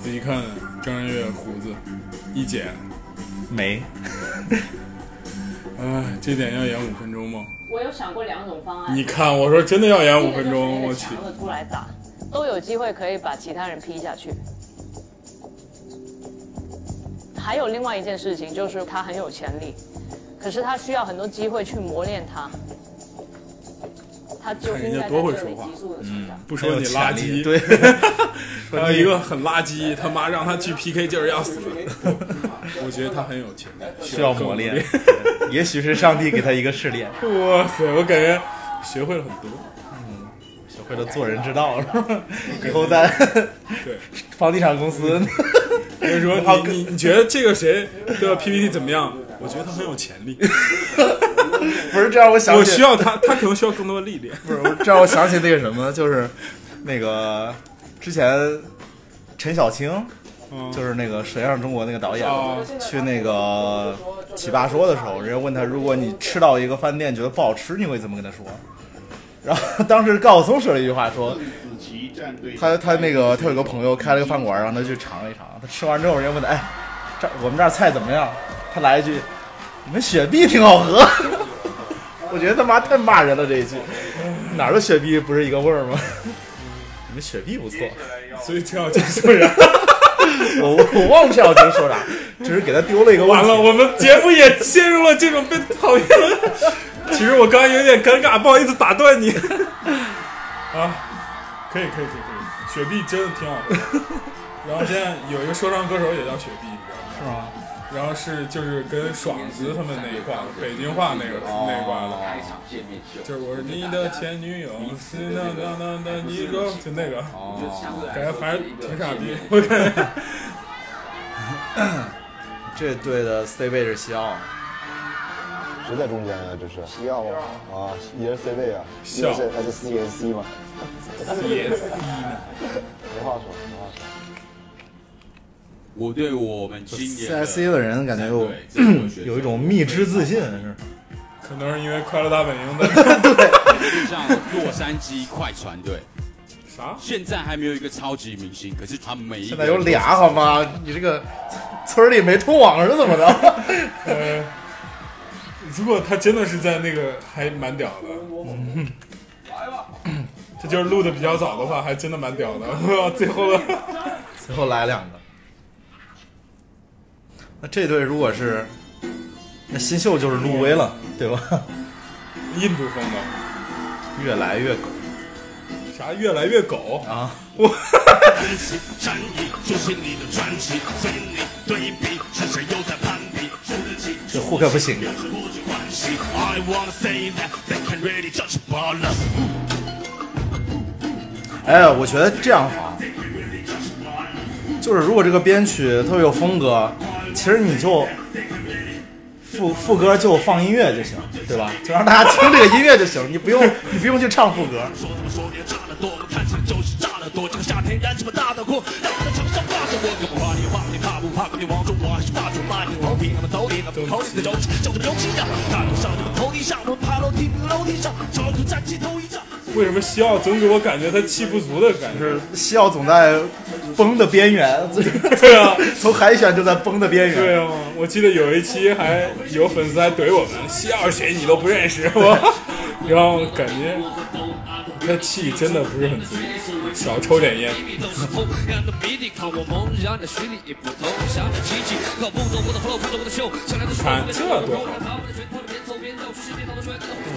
[SPEAKER 2] 仔细看张震岳胡子一剪，
[SPEAKER 1] 没。
[SPEAKER 2] 唉，这点要演五分钟吗？
[SPEAKER 6] 我有想过两种方案。
[SPEAKER 2] 你看，我说真的要演五分钟，
[SPEAKER 6] 第一
[SPEAKER 2] 我
[SPEAKER 6] 个就是那个
[SPEAKER 2] 去。
[SPEAKER 6] 强的出来打，都有机会可以把其他人劈下去。还有另外一件事情，就是他很有潜力，可是他需要很多机会去磨练他。他就
[SPEAKER 2] 看
[SPEAKER 6] 应
[SPEAKER 2] 人家
[SPEAKER 6] 该在
[SPEAKER 2] 多会
[SPEAKER 6] 这
[SPEAKER 2] 说
[SPEAKER 6] 里
[SPEAKER 2] 话
[SPEAKER 6] 急速地
[SPEAKER 1] 嗯，
[SPEAKER 2] 不说你垃圾，
[SPEAKER 1] 对，
[SPEAKER 2] 还有一个很垃圾，他妈让他去 PK 就是要 死。我觉得他很有潜力，
[SPEAKER 1] 需要磨
[SPEAKER 2] 练
[SPEAKER 1] 练。，也许是上帝给他一个试炼，
[SPEAKER 2] 哇塞，我感觉学会了很多。
[SPEAKER 1] 嗯学会了做人之道，是吧 以后在
[SPEAKER 2] 对
[SPEAKER 1] 房地产公司，
[SPEAKER 2] 我跟你说，你你你觉得这个谁的 PPT 怎么样？我觉得他很有潜力。
[SPEAKER 1] 不是这样，我想起
[SPEAKER 2] 我需要他，他可能需要更多的历练。
[SPEAKER 1] 不是这让我想起那个什么，就是那个之前陈小青，就是那个《舌上中国》那个导演
[SPEAKER 2] 哦，
[SPEAKER 1] 去那个奇葩说的时候，人家问他，如果你吃到一个饭店觉得不好吃，你会怎么跟他说？然后当时高晓松说了一句话，说他他
[SPEAKER 11] 哎
[SPEAKER 1] 那个他有个朋友开了个饭馆，让他去尝一尝。他吃完之后，人家问他，哎，这我们这儿菜怎么样？他来一句，你们雪碧挺好喝。 我觉得他妈太骂人了这一句，哪儿的雪碧不是一个味儿吗？ 你们雪碧不错，
[SPEAKER 2] 所以陈小青说啥？
[SPEAKER 1] 我我忘了陈小青说啥，只是给他丢了一个问
[SPEAKER 2] 完
[SPEAKER 1] 题。
[SPEAKER 2] 了，我们节目也陷入了这种被讨厌的。 其实我刚刚有点尴尬，不好意思打断你。 啊，可以可以可以可以，雪碧真的挺好喝的。 然后现在有一个说唱歌手也叫雪碧，你知道吗？
[SPEAKER 1] 是吗？
[SPEAKER 2] 然后是就是跟爽子他们那一挂的，北京话那个、那一挂的，就是我是你的前女友，是那那那那你说就那个，
[SPEAKER 1] 哦
[SPEAKER 2] 感觉反正挺傻逼，我感觉。
[SPEAKER 1] 这队的 C 位是西奥，
[SPEAKER 8] 谁在中间啊？这是西奥啊，啊，一人 C 位啊，一
[SPEAKER 1] 西奥
[SPEAKER 8] 人 C 他就 C 人 C 嘛
[SPEAKER 2] C 人 C
[SPEAKER 8] 呢？没话说，没话说。
[SPEAKER 15] 我对我们今年
[SPEAKER 1] CIC 的人感觉有有一种蜜汁自信，是
[SPEAKER 2] 可能是因为《快乐大本营》 的
[SPEAKER 15] 像洛杉矶快船队，
[SPEAKER 2] 啥？
[SPEAKER 15] 现在还没有一个超级明星，可是他每一个
[SPEAKER 1] 现在有俩好吗？你这个村里没通网是怎么着？
[SPEAKER 2] 呃，如果他真的是在那个，还蛮屌的。这就是录的比较早的话，还真的蛮 屌的。最后的，
[SPEAKER 1] 最后来两个。那这对如果是，那新秀就是路威了，对吧？
[SPEAKER 2] 印度风的，
[SPEAKER 1] 越来越狗
[SPEAKER 2] 啥越来越狗
[SPEAKER 1] 啊！
[SPEAKER 2] 我
[SPEAKER 22] 一起战役，书写你的传奇，心里对比，是谁又在攀比？输得起，
[SPEAKER 1] 这户可不行。
[SPEAKER 22] 欢喜。I wanna say that they can really judge about love。
[SPEAKER 1] 哎，我觉得这样好，就是如果这个编曲特别有风格，其实你就副副歌就放音乐就行，对吧？就让大家听这个音乐就行，你不用你不用去唱副歌。
[SPEAKER 22] 说他妈说你炸得多，我看起来就是炸得多。这个夏天燃起我大的哎火，让我在场上霸着我。我怕你怕你怕不怕？你王中我还是霸主，骂你王皮，那么走你，那么跑你的油脂，就这么油漆呀。大路上，这个头地上，我爬楼梯，楼梯上，朝着战旗头一仗。
[SPEAKER 2] 为什么西奥总给我感觉他气不足的感觉？
[SPEAKER 1] 西奥总在崩的边缘，
[SPEAKER 2] 对啊，
[SPEAKER 1] 从海选就在崩的边缘。
[SPEAKER 2] 对啊，我记得有一期还有粉丝还怼我们，西奥谁你都不认识 我，然后感觉那气真的不是很足，少抽点烟。
[SPEAKER 13] 让的谜底看我萌，让你虚拟不同，想着奇迹，搞不懂我的 flow，不懂我的秀，想来的是
[SPEAKER 2] 看这多好，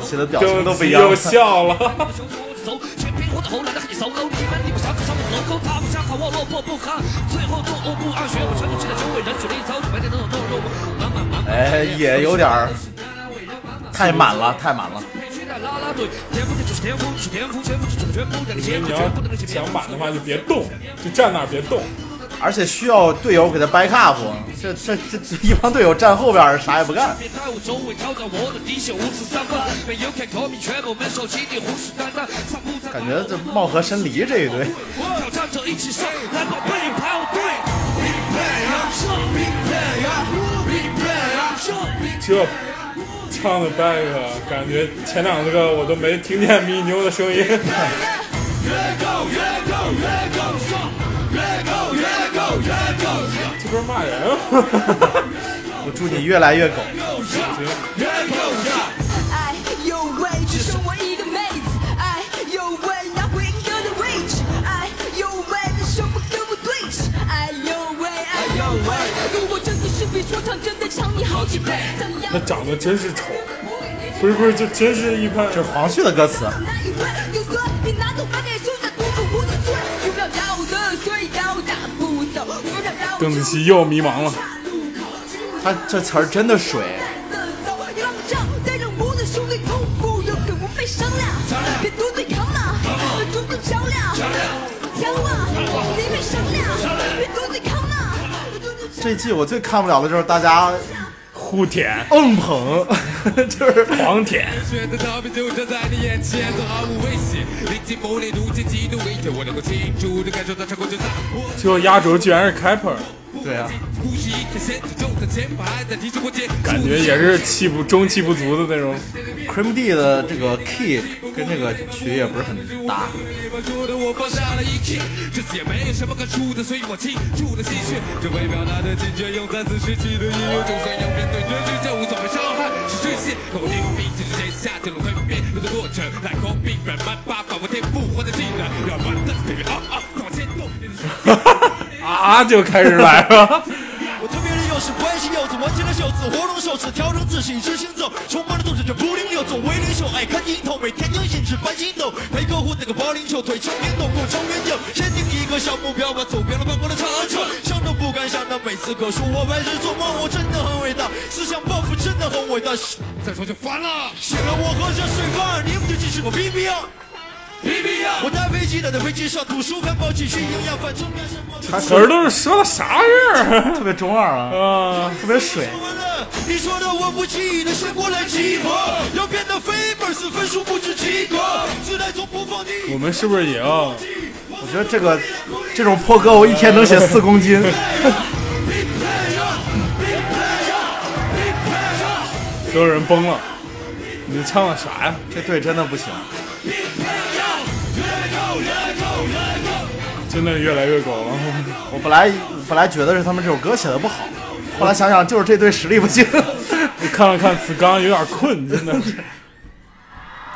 [SPEAKER 1] 写的表情都不一
[SPEAKER 2] 又
[SPEAKER 1] 样。
[SPEAKER 2] 笑了。
[SPEAKER 13] 走，全凭我的喉来的很熟喽。你们你们想可上我楼沟，他们想喊我落魄不堪，最后作恶不安，学我传统气的九尾人，举了一招，白天能有动作，满满满满。
[SPEAKER 1] 哎，也有点儿太满了，太满了。
[SPEAKER 13] 拉拉队，天赋就是天赋，是天赋，天赋就是全部，两个结
[SPEAKER 2] 你
[SPEAKER 13] 果
[SPEAKER 2] 要
[SPEAKER 13] 全部能
[SPEAKER 2] 想满的话就别动，就站那儿啊别动。
[SPEAKER 1] 而且需要队友给他 back up，这这这这一帮队友站后边儿啥也不干。
[SPEAKER 13] 别在我周围挑战我的底线，无耻三分。没有看科比，全部门手，请你虎视眈眈，上不
[SPEAKER 1] 感觉这貌合神离这一队，
[SPEAKER 13] 挑战者一起上，来吧，背叛队。
[SPEAKER 2] 这唱的 back 感觉前两个我都没听见迷你妞的声音。 这不是骂人啊！
[SPEAKER 1] 我 祝你越来越狗。
[SPEAKER 23] 哎呦喂，只剩我一个妹子，哎呦喂，拿回一个的位置，哎呦喂，那什么都不对峙，哎呦喂，哎呦喂，如果真的是比说唱真的强你好几倍，怎么样？
[SPEAKER 2] 他长得真是丑，不是不是，这真是一看。这是
[SPEAKER 1] 黄旭的歌词。
[SPEAKER 23] 以为有罪，你拿走犯点输在独步无的罪，有没有道德？所以刀打不走，有没有道德
[SPEAKER 2] 邓紫棋又迷茫了，
[SPEAKER 1] 他这词儿真的水。
[SPEAKER 23] 走？啊你让我照，带着我的兄弟痛苦，有梗无非商量，别独自扛了，独自较量，挑啊，你别商量，别独自扛了。
[SPEAKER 1] 这季我最看不了的就是大家
[SPEAKER 2] 互舔、
[SPEAKER 1] 硬捧， 就是
[SPEAKER 2] 嗯狂舔。
[SPEAKER 13] 选择逃避就站在你眼前，总毫无威胁。临近某里，如今极度危险，我能够清楚的感受到成功就在我
[SPEAKER 2] 最后压轴居然是 Kipper，
[SPEAKER 1] 对啊，
[SPEAKER 13] 呼吸，一天身体就在前排，在提出过节，
[SPEAKER 2] 感觉也是气不中气不足的那种。
[SPEAKER 1] Cream D 的这个 key 跟这个曲也不是很搭。
[SPEAKER 13] 说的我放下了一切，这次也没有什么可出的，所以我倾注了心血。这为表达的坚决，用在此时期的音乐中，很有面对真实这无所谓伤害是这些。可我听并且是谁下定了蜕变有的过程，来空并软慢八把我天赋活的技能，要完蛋，baby 啊啊，往前动。
[SPEAKER 2] 啊，就开始来了。
[SPEAKER 22] 我特别的幼稚，不爱惜幼稚，顽强的袖子，活动手指，调整自信，知行走，充满了斗志，却不灵六种，为领袖，爱看樱头，每天精心值班心动，陪客户那个保龄球，腿冲天动，共冲远景，先定一个小目标吧，走遍了办公的长城，想都不敢想的每次可数，我白日做梦，我真的很伟大，思想抱负真的很伟大，嘘
[SPEAKER 13] 再说就烦了，
[SPEAKER 22] 醒了我喝着水饭，你们就继续我 B B 啊。
[SPEAKER 13] 啊
[SPEAKER 22] 我搭飞机的，在飞机上读书，看报纸，去营养饭，正面生活。
[SPEAKER 2] 这词儿都是说的啥样儿？
[SPEAKER 1] 特别中二
[SPEAKER 2] 啊，
[SPEAKER 1] 特别水。
[SPEAKER 22] 你说的我不记得，先过来集合，要变得 famous，分数不止及格，自带从不放低。
[SPEAKER 2] 我们是不是也要？
[SPEAKER 1] 我觉得这个这种破歌，我一天能写四公斤。
[SPEAKER 2] 所有人崩了，你唱的啥呀？
[SPEAKER 1] 这队真的不行，
[SPEAKER 2] 真的越来越狗了。
[SPEAKER 1] 我本来本来觉得是他们这首歌写的不好，后来想想就是这队实力不行。
[SPEAKER 2] 我看了看子刚，有点困，真的是。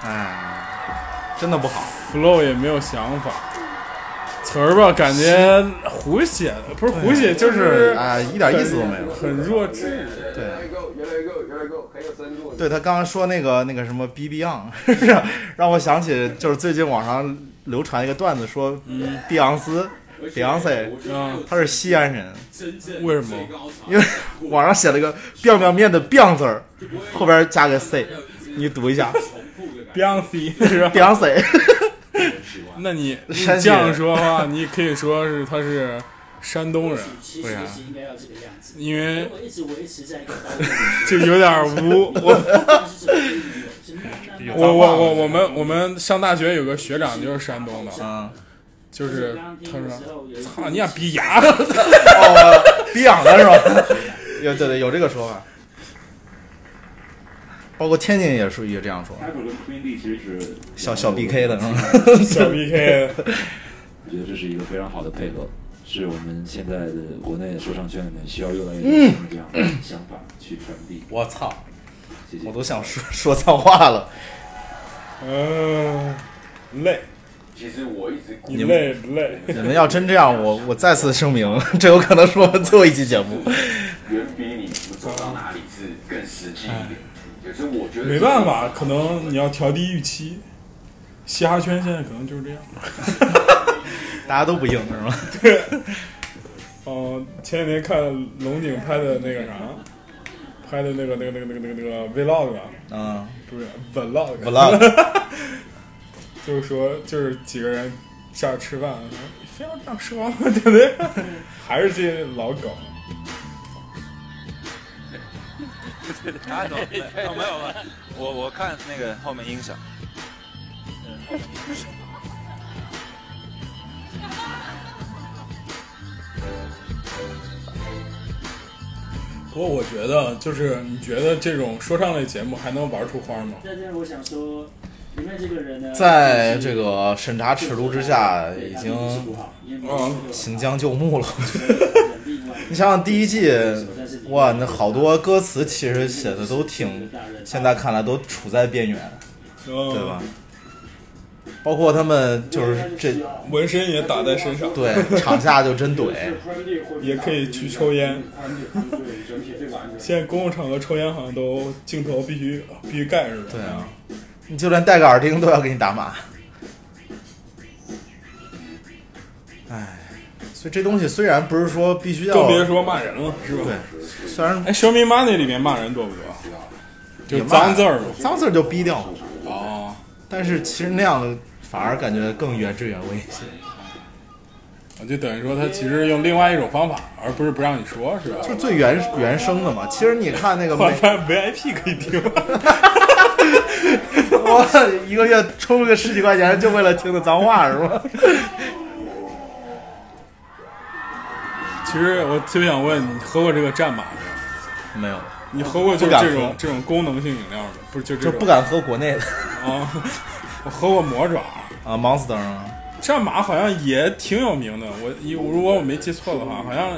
[SPEAKER 1] 哎，真的不好。
[SPEAKER 2] flow 也没有想法，词儿吧感觉胡写的，不是胡写就是
[SPEAKER 1] 啊，一点意思都没有，
[SPEAKER 2] 很弱智。
[SPEAKER 1] 对，
[SPEAKER 7] 原来够，原来够，很有深度。
[SPEAKER 1] 对他刚刚说那个那个什么 B B on，让 让我想起就是最近网上流传一个段子说，
[SPEAKER 2] 嗯
[SPEAKER 1] 碧昂斯。碧昂斯，他是西安人，
[SPEAKER 2] 为什么？
[SPEAKER 1] 因为网上写了个“biang biang 面”的 biang 字儿，后边加个 c，你读一下
[SPEAKER 2] Beyonce 是吧
[SPEAKER 1] Beyonce
[SPEAKER 2] 那你你
[SPEAKER 1] 山
[SPEAKER 2] 这
[SPEAKER 1] 西
[SPEAKER 2] 样
[SPEAKER 1] 人
[SPEAKER 2] 说的话，你可以说是他是山东人，啊
[SPEAKER 1] 为啥
[SPEAKER 22] 应该要这个样子，
[SPEAKER 2] 因为
[SPEAKER 22] 我一直维持在一个高度。
[SPEAKER 2] 就有点 污。我我我我我们我们上大学有个学长就是山东的，
[SPEAKER 1] 啊，
[SPEAKER 2] 就是他说，操你俩逼 牙，
[SPEAKER 1] 哦，逼养的是吧？ 有对对，有这个说法。包括天津也是也这样说，小小 BK 的是 吧？
[SPEAKER 2] 小 BK
[SPEAKER 14] 我觉得这是一个非常好的配合，是我们现在的国内说唱圈里面需要越来越多
[SPEAKER 1] 嗯
[SPEAKER 14] 像这样的想法去传递。
[SPEAKER 1] 我操！我都想说说脏话了。
[SPEAKER 2] 嗯，累。
[SPEAKER 15] 其实我一直
[SPEAKER 2] 你累不累？
[SPEAKER 1] 你们要真这样，我我再次声明， 这有可能是我们最后一期节目。
[SPEAKER 15] 远比你们走到哪里是更实际一
[SPEAKER 22] 哎
[SPEAKER 15] 点。可是我觉得
[SPEAKER 2] 没办，法，可能你要调低预期。嘻哈圈现在可能就是这样。
[SPEAKER 1] 大家都不硬是吗？
[SPEAKER 2] 对。 哦、前几天看龙井拍的那个啥，拍的那个那个那个那个那个那个 vlog 啊，
[SPEAKER 1] 嗯，
[SPEAKER 2] 不是 vlog
[SPEAKER 1] Vlog
[SPEAKER 2] 就是说就是几个人下去吃饭，非要这样说，对 不对？还是这些老梗。
[SPEAKER 4] 啊，走，没有没有，我我看那个后面音响。
[SPEAKER 2] 不过我觉得，就是你觉得这种说唱类节目还能玩出花吗？
[SPEAKER 22] 在这儿我想说，里面这个人呢，
[SPEAKER 1] 在这个审查尺度之下，已经嗯行将就木了。 你想想第一季，哇，那好多歌词其实写的都挺，现在看来都处在边缘，
[SPEAKER 2] 嗯
[SPEAKER 1] 对吧？包括他们就是这
[SPEAKER 2] 纹身也打在身上，
[SPEAKER 1] 对场下就真怼，
[SPEAKER 2] 也可以去抽烟。现在公共场合抽烟好像都镜头必须必须盖着的。
[SPEAKER 1] 对啊，你就连戴个耳钉都要给你打码。哎，所以这东西虽然不是说必须要，
[SPEAKER 2] 更别说骂人了，是吧？
[SPEAKER 1] 对，虽然
[SPEAKER 2] 哎，《Show Me Money》里面骂人多不多？就
[SPEAKER 1] 也骂
[SPEAKER 2] 脏字儿嘛，
[SPEAKER 1] 脏字儿就逼掉了。
[SPEAKER 2] 哦，
[SPEAKER 1] 但是其实那样的反而感觉更原汁原味一些。
[SPEAKER 2] 就等于说他其实用另外一种方法，而不是不让你说，是吧？
[SPEAKER 1] 就是最原原生的嘛。其实你 看那个
[SPEAKER 2] 换
[SPEAKER 1] 美，
[SPEAKER 2] 翻 VIP 可以听吗？
[SPEAKER 1] 我一个月充个十几块钱，就为了听的脏话是吗？
[SPEAKER 2] 其实我特别想问，你喝过这个战马没有？
[SPEAKER 1] 没有，
[SPEAKER 2] 你喝过就是
[SPEAKER 1] 不敢
[SPEAKER 2] 这种
[SPEAKER 1] 喝
[SPEAKER 2] 这种功能性饮料的，不是就这
[SPEAKER 1] 就
[SPEAKER 2] 种
[SPEAKER 1] 不敢喝 国内的
[SPEAKER 2] 啊？我喝过魔爪，
[SPEAKER 1] 啊，Monster 啊
[SPEAKER 2] 战马好像也挺有名的，我一如果我没记错的话，好像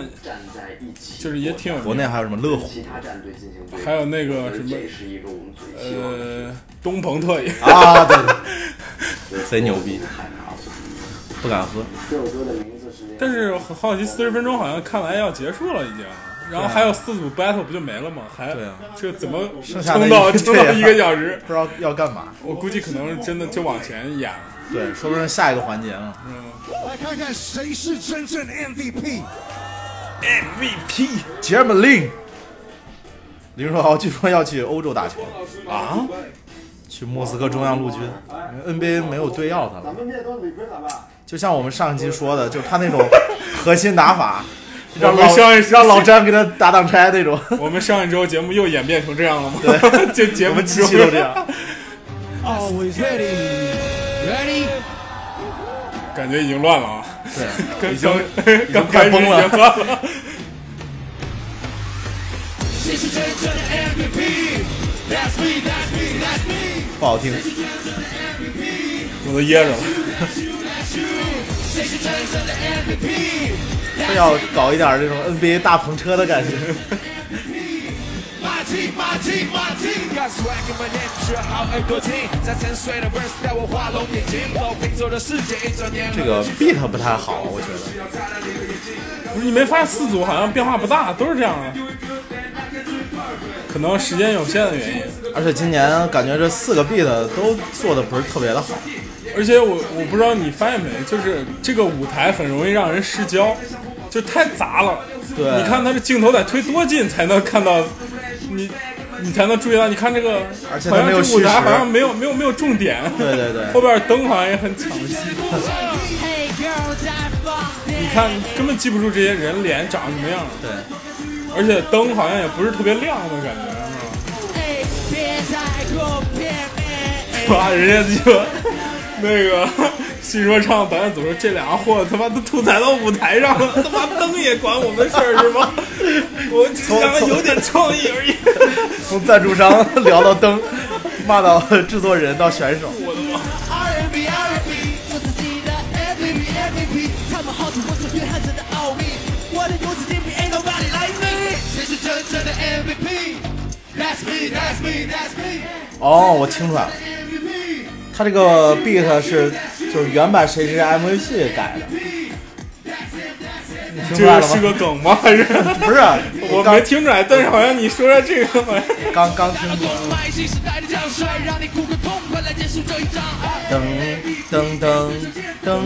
[SPEAKER 2] 就是也挺有名的。
[SPEAKER 1] 国内还有什么乐虎
[SPEAKER 2] 还有那个什么呃东鹏特饮
[SPEAKER 1] 啊，对对，对贼牛逼，不敢喝。
[SPEAKER 2] 但是我很好奇，四十分钟好像看来要结束了已经，然后还有四组 battle 不就没了吗？还
[SPEAKER 1] 啊对啊
[SPEAKER 2] 这怎么
[SPEAKER 1] 剩下的
[SPEAKER 2] 撑到
[SPEAKER 1] 一
[SPEAKER 2] 撑到
[SPEAKER 1] 对啊
[SPEAKER 2] 一个小时？
[SPEAKER 1] 不知道要干嘛。
[SPEAKER 2] 我估计可能是真的就往前演了。嗯
[SPEAKER 1] 对，说不定下一个环节嘛。
[SPEAKER 13] 来看看谁是真正 MVP。
[SPEAKER 2] MVP
[SPEAKER 1] Jeremy Lin，林书豪据说要去欧洲打球
[SPEAKER 2] 啊，
[SPEAKER 1] 去莫斯科中央陆军，NBA 没有队要他了。就像我们上一期说的，就是他那种核心 打法，让
[SPEAKER 2] 我们
[SPEAKER 1] 老
[SPEAKER 2] 上一
[SPEAKER 1] 让老詹给他打挡拆那种。
[SPEAKER 2] 我们上一周节目又演变成这样了吗？ 对，这节
[SPEAKER 1] 我
[SPEAKER 2] 目
[SPEAKER 1] 们七期都这样。
[SPEAKER 13] Always ready, ready。
[SPEAKER 2] 感觉已经乱了啊！
[SPEAKER 1] 对，
[SPEAKER 2] 跟
[SPEAKER 1] 已经已经
[SPEAKER 2] 刚
[SPEAKER 1] 快
[SPEAKER 2] 开始已
[SPEAKER 1] 崩
[SPEAKER 2] 经
[SPEAKER 1] 了
[SPEAKER 2] 乱了。
[SPEAKER 13] 谁是真正的 MVP？That's me, that's me, that's me。
[SPEAKER 1] 不好听，
[SPEAKER 2] 我都噎着了。
[SPEAKER 13] 谁是真正的 MVP？
[SPEAKER 1] 非要搞一点这种 NBA 大篷车的感觉。
[SPEAKER 13] My team, my team, my team,
[SPEAKER 20] got swag in my name，学好耳朵听。三沉睡的 verse 带我画龙点睛，走平走的世界一整年。
[SPEAKER 1] 这个 beat 不太好，我觉得。
[SPEAKER 2] 不是你没发现四组好像变化不大，都是这样啊？可能时间有限的原因。
[SPEAKER 1] 而且今年感觉这四个 beat 都做的不是特别的好。
[SPEAKER 2] 而且我我不知道你发现没，就是这个舞台很容易让人失焦，就太杂了。
[SPEAKER 1] 对
[SPEAKER 2] 你看他这镜头得推多近才能看到你，你才能注意到。你看这个，
[SPEAKER 1] 而且
[SPEAKER 2] 好
[SPEAKER 1] 它
[SPEAKER 2] 像
[SPEAKER 1] 没有
[SPEAKER 2] 这舞台
[SPEAKER 1] 虚实
[SPEAKER 2] 好像没有没有没有重点。
[SPEAKER 1] 对对对
[SPEAKER 2] 后边灯好像也很抢 戏。你看根本记不住这些人脸长什么样。
[SPEAKER 1] 对，
[SPEAKER 2] 而且灯好像也不是特别亮的感觉。是吧？ 人家鸡巴那个 新说唱导演组说这俩货他妈都吐槽到舞台上了， 他妈灯也管我们事儿是吗？ 我 只想有点创意而已。
[SPEAKER 1] 从赞助商 聊到灯，骂到 制作人到选手，
[SPEAKER 2] 我的妈！
[SPEAKER 13] R&B R&B，我自己的 MVP MVP，他们好奇我是约翰逊的奥秘，我的游戏精品 ain't nobody like me，谁是真正的 MVP？That's me That's me That's me。
[SPEAKER 1] 哦，我听出来了，他这个 beat 是就是原版谁是 MVP 改的，你听出
[SPEAKER 2] 这
[SPEAKER 1] 来了吗？
[SPEAKER 2] 是个梗吗？还是
[SPEAKER 1] 不是？啊
[SPEAKER 2] 我没听出来，但是好像你说说这个，好像
[SPEAKER 1] 刚刚听
[SPEAKER 13] 过。麦新时代的降水，让你骨骼痛，快来结束这一啊章。
[SPEAKER 1] 噔噔噔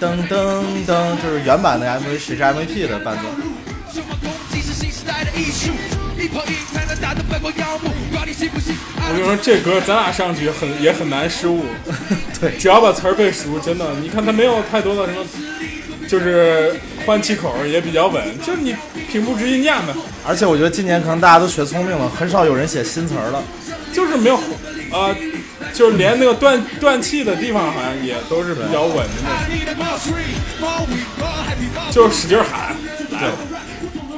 [SPEAKER 1] 噔噔噔噔，就是原版的 MV 谁是 MVP 的伴奏。
[SPEAKER 13] 什么攻击是新时代的艺术，一跑赢才能打得败过妖魔。管你信不信，
[SPEAKER 2] 我跟你说，这歌咱俩上去很 也很难失误。
[SPEAKER 1] 对，
[SPEAKER 2] 只要把词儿背熟，真的，你看他没有太多的什么，就是换气口也比较稳，就是你平铺直叙念呗，
[SPEAKER 1] 而且我觉得今年可能大家都学聪明了，很少有人写新词儿了。
[SPEAKER 2] 就是没有，呃，就是连那个断断气的地方好像也都是比较稳的
[SPEAKER 13] 啊
[SPEAKER 2] 那种，就是使劲儿喊，来，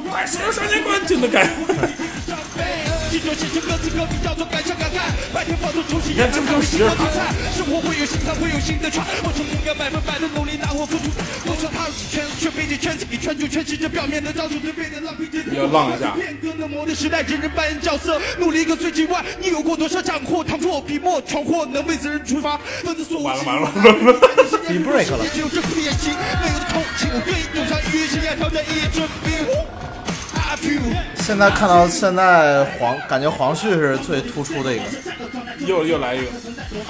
[SPEAKER 2] 快使劲双截棍就能改。
[SPEAKER 13] 记住写出歌词，歌名叫做敢上敢干，白天放纵重新
[SPEAKER 2] 你看这不就是使劲儿喊
[SPEAKER 13] 生活会有新菜，会有新的菜。我从不要百分百的努力，拿我付出。我想踏入圈圈，被这圈子给圈住，全是这表面的招数，对面的浪费着。
[SPEAKER 2] 要浪一下
[SPEAKER 13] 变革的魔力时代，人人扮演角色，努力跟随之外，你有过多少斩获？淌过笔墨，闯祸，能为此人出发，分子所完了完了完 了，
[SPEAKER 1] 比 break 了
[SPEAKER 13] 只有这副眼睛，没有的空气，我愿意走上音乐生涯，挑战音乐准备。I feel。
[SPEAKER 1] 现在看到现在黄，感觉黄旭是最突出的一个。
[SPEAKER 2] 又又来一个。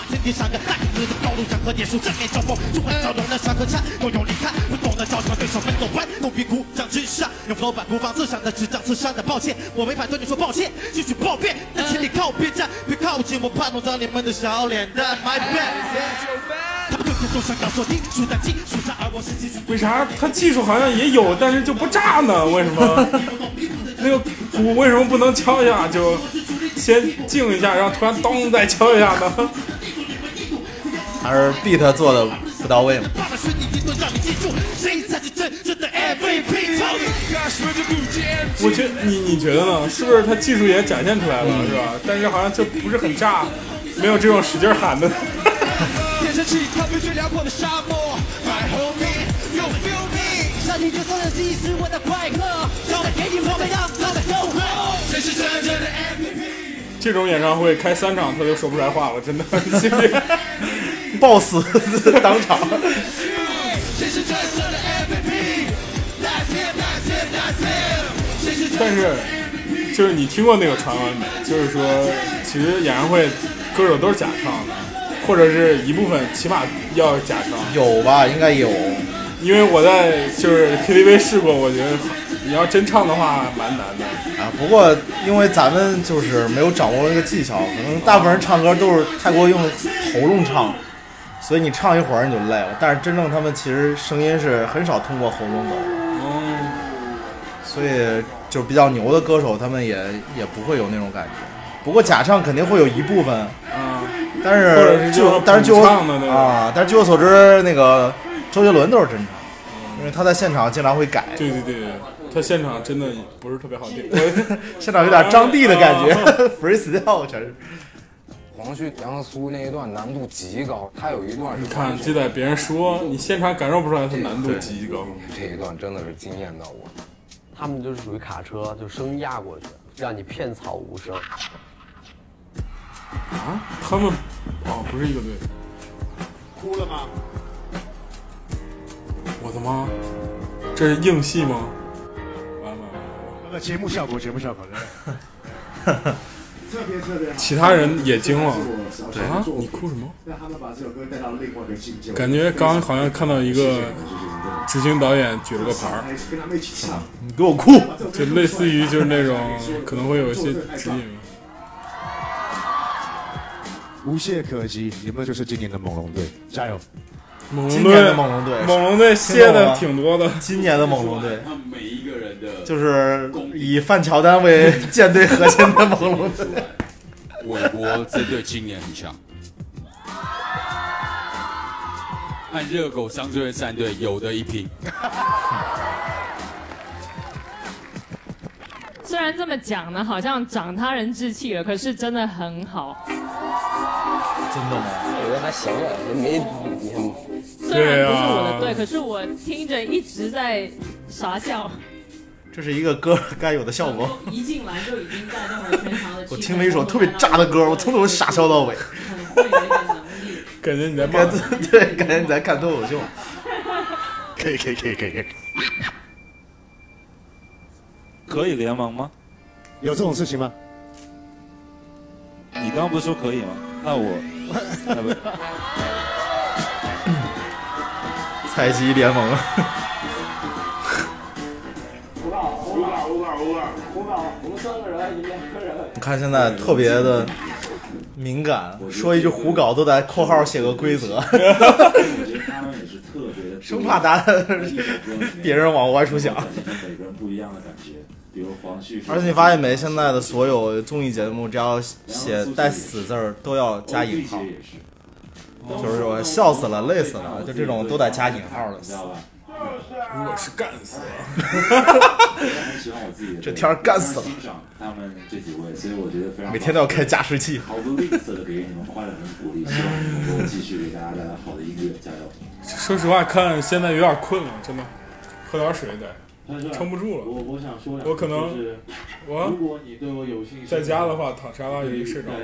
[SPEAKER 13] 身体像个汉子的高路上和年数正面交锋，就会找到那山和山，都用力看，不懂得找什么对手们懂弯，弄屁股长之上，用 flow 把孤芳自赏的智障刺伤的抱歉，我没法对你说抱歉，继续抱怨，但请你靠边站，别靠近我，怕弄脏你们的小脸蛋，My bad。他们个个都想搞锁定，数弹尽，数杀而我是技术。
[SPEAKER 2] 为啥他技术好像也有，但是就不炸呢？为什么？那个鼓为什么不能敲一下就先静一下，然后突然咚再敲一下呢？
[SPEAKER 1] 还是 beat 做的不到位嘛？
[SPEAKER 13] 爸爸训你一顿，让你记住，谁才是真正的 MVP。
[SPEAKER 2] 我觉你你觉得呢？是不是他技术也展现出来了，是吧？但是好像就不是很炸，没有这种使劲儿喊的。
[SPEAKER 13] 天生是一片最辽阔的沙漠，My homie，you feel me？上帝角色的记忆是我的快乐，让我给你们让他的诱惑。谁是真正的 MVP？
[SPEAKER 2] 这种演唱会开三场他就说不出来话了， 真的。
[SPEAKER 1] boss 当场。
[SPEAKER 13] 谁是真正的 MVP？That's it，That's it，That's it。谁是真
[SPEAKER 2] 但是，就是你听过那个传闻没？就是说，其实演唱会歌手都是假唱的，或者是一部分起码要假唱。
[SPEAKER 1] 有吧？应该有。
[SPEAKER 2] 因为我在就是 KTV 试过，我觉得你要真唱的话蛮难的。
[SPEAKER 1] 啊，不过因为咱们就是没有掌握这个技巧，可能大部分人唱歌都是太过用喉咙唱，所以你唱一会儿你就累了。但是真正他们其实声音是很少通过喉咙走，所以就比较牛的歌手他们也也不会有那种感觉。不过假唱肯定会有一部分，但
[SPEAKER 2] 或者是
[SPEAKER 1] 是
[SPEAKER 2] 就是
[SPEAKER 1] 就但是据我
[SPEAKER 2] 捧唱的那种
[SPEAKER 1] 啊，但是据我所知，那个周杰伦都是真唱，因为他在现场经常会改。
[SPEAKER 2] 对对对，他现场真的不是特别好听，我
[SPEAKER 1] 现场有点张帝的感觉
[SPEAKER 2] 啊
[SPEAKER 1] ，freestyle 全是。
[SPEAKER 5] 黄旭、杨苏那一段难度极高，他有一段是
[SPEAKER 2] 你看，就得别人说，你现场感受不出来它难度极高。
[SPEAKER 5] 这一段真的是惊艳到我。
[SPEAKER 9] 他们就是属于卡车，就声压过去，让你片草无声。
[SPEAKER 2] 啊，他们哦不是一个队，
[SPEAKER 11] 哭了吗？
[SPEAKER 2] 我的妈，这是硬戏吗？
[SPEAKER 13] 那节目效果，节目效果，特别特别好
[SPEAKER 2] 其他人也惊了
[SPEAKER 13] 对
[SPEAKER 2] 啊你哭什么？
[SPEAKER 13] 让他们把这首歌带到另外一个境界
[SPEAKER 2] 感觉刚刚好像看到一个执行导演举了个牌儿，
[SPEAKER 13] 跟他们一起唱。
[SPEAKER 2] 你给我哭，就类似于就是那种可能会有一些指引。
[SPEAKER 13] 无懈可击，你们就是今年的猛龙队，加油！
[SPEAKER 2] 猛
[SPEAKER 1] 今年的猛龙队，
[SPEAKER 2] 猛龙队
[SPEAKER 1] 听懂
[SPEAKER 2] 歇
[SPEAKER 1] 了
[SPEAKER 2] 的
[SPEAKER 1] 吗
[SPEAKER 2] 挺多的。
[SPEAKER 1] 今年的猛龙队，
[SPEAKER 15] 每一个人的
[SPEAKER 1] 就是以范乔丹为 舰队核心的猛龙 队。
[SPEAKER 15] 韦伯针对今年很强。按热狗商队战队有的一拼，
[SPEAKER 17] 虽然这么讲呢，好像长他人志气了，可是真的很好。
[SPEAKER 1] 真的吗？
[SPEAKER 5] 我觉得还行啊，也没也
[SPEAKER 17] 虽然不是我
[SPEAKER 1] 对啊
[SPEAKER 17] 的队，可是我听着一直在傻笑。
[SPEAKER 1] 这是一个歌该有的效果。
[SPEAKER 17] 一进来就已经带动了全场的
[SPEAKER 1] 我听了一首特别炸的歌，我从头傻笑到尾，
[SPEAKER 2] 感 觉你在
[SPEAKER 1] 骂，对，感觉 你在看脱 口秀。
[SPEAKER 13] 可以可以可以可以可以，
[SPEAKER 4] 可以联盟吗？
[SPEAKER 13] 有这种事情吗？
[SPEAKER 4] 你刚刚不是说可以吗？那我，那不
[SPEAKER 1] 采集联盟，啊
[SPEAKER 9] 胡导，胡导，胡导，胡导，胡导，我们三个人，你们两个人。
[SPEAKER 1] 你看现在特别的敏感，说一句胡搞都得括号写个规则，
[SPEAKER 14] 我觉得他们也是特别的，
[SPEAKER 1] 生怕打 别人往歪处想。
[SPEAKER 14] 每个人不一样的感觉。比如黄旭是，
[SPEAKER 1] 而且你发现没，现在的所有综艺节目，只要写带“死”字儿，都要加引号，就是我笑死了、累死了，就这种都得加引号的，
[SPEAKER 2] 如果是干死
[SPEAKER 14] 很喜欢我自己的队
[SPEAKER 1] 这天儿干死了
[SPEAKER 14] 非常欣赏他们这几位，所以我觉得非常
[SPEAKER 1] 每天都要开加湿器。
[SPEAKER 14] 毫不吝啬的给你们欢乐跟鼓励，希望你们能够继续给大家带来好的音乐，加油！
[SPEAKER 2] 说实话，看现在有点困了，真的，喝点水得，撑不住了。
[SPEAKER 10] 我我想说两句，
[SPEAKER 2] 我可能
[SPEAKER 10] 就是
[SPEAKER 2] 我
[SPEAKER 10] 如果你对我有兴趣，
[SPEAKER 2] 在家的话，躺沙发就一睡着了。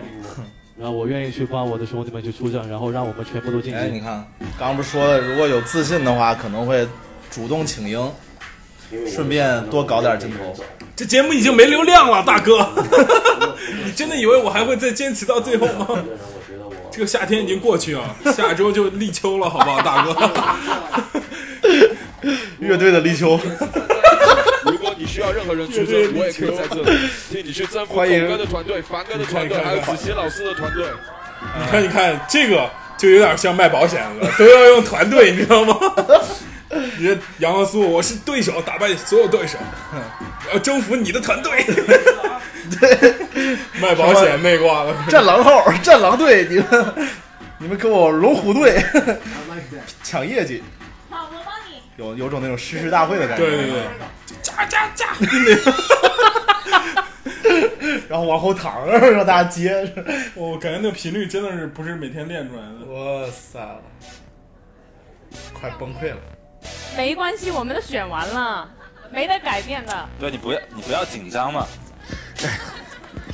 [SPEAKER 10] 然后我愿意去帮我的兄弟们去出战，然后让我们全部都晋级。
[SPEAKER 1] 哎，你看，刚刚不是说了，如果有自信的话，可能会主动请缨，顺便多搞点镜头。
[SPEAKER 2] 这节目已经没流量了，大哥，你真的以为我还会再坚持到最后吗？这个夏天已经过去啊，下周就立秋了，好不好，大哥？
[SPEAKER 1] 乐队的立秋，
[SPEAKER 12] 如果你需要任何人出
[SPEAKER 2] 绝对
[SPEAKER 12] 征，
[SPEAKER 2] 力
[SPEAKER 12] 我也可以在这里替你去征服狗
[SPEAKER 2] 欢迎
[SPEAKER 12] 哥的团队、凡哥的团队，
[SPEAKER 2] 你看
[SPEAKER 12] 还有
[SPEAKER 2] 你看
[SPEAKER 12] 子琪老师的团队。
[SPEAKER 2] 你看，你看，这个就有点像卖保险了，都要用团队，你知道吗？你这杨和苏，我是对手，打败所有对手， 我要征服你的团队。 卖保险内挂了，
[SPEAKER 1] 战狼号、战狼队，你们 你们给我龙虎队 抢业绩，
[SPEAKER 21] 好，我帮你。
[SPEAKER 1] 有有种那种诗诗大会的感觉。
[SPEAKER 2] 对对对，加加加！
[SPEAKER 1] 然后往后躺， 让大家接。
[SPEAKER 2] 我感觉那频率真的是不是每天练出来的。
[SPEAKER 1] 哇塞，快崩溃了！
[SPEAKER 16] 没关系，我们都选完了，没得改变的。
[SPEAKER 4] 对你不要你不要紧张嘛。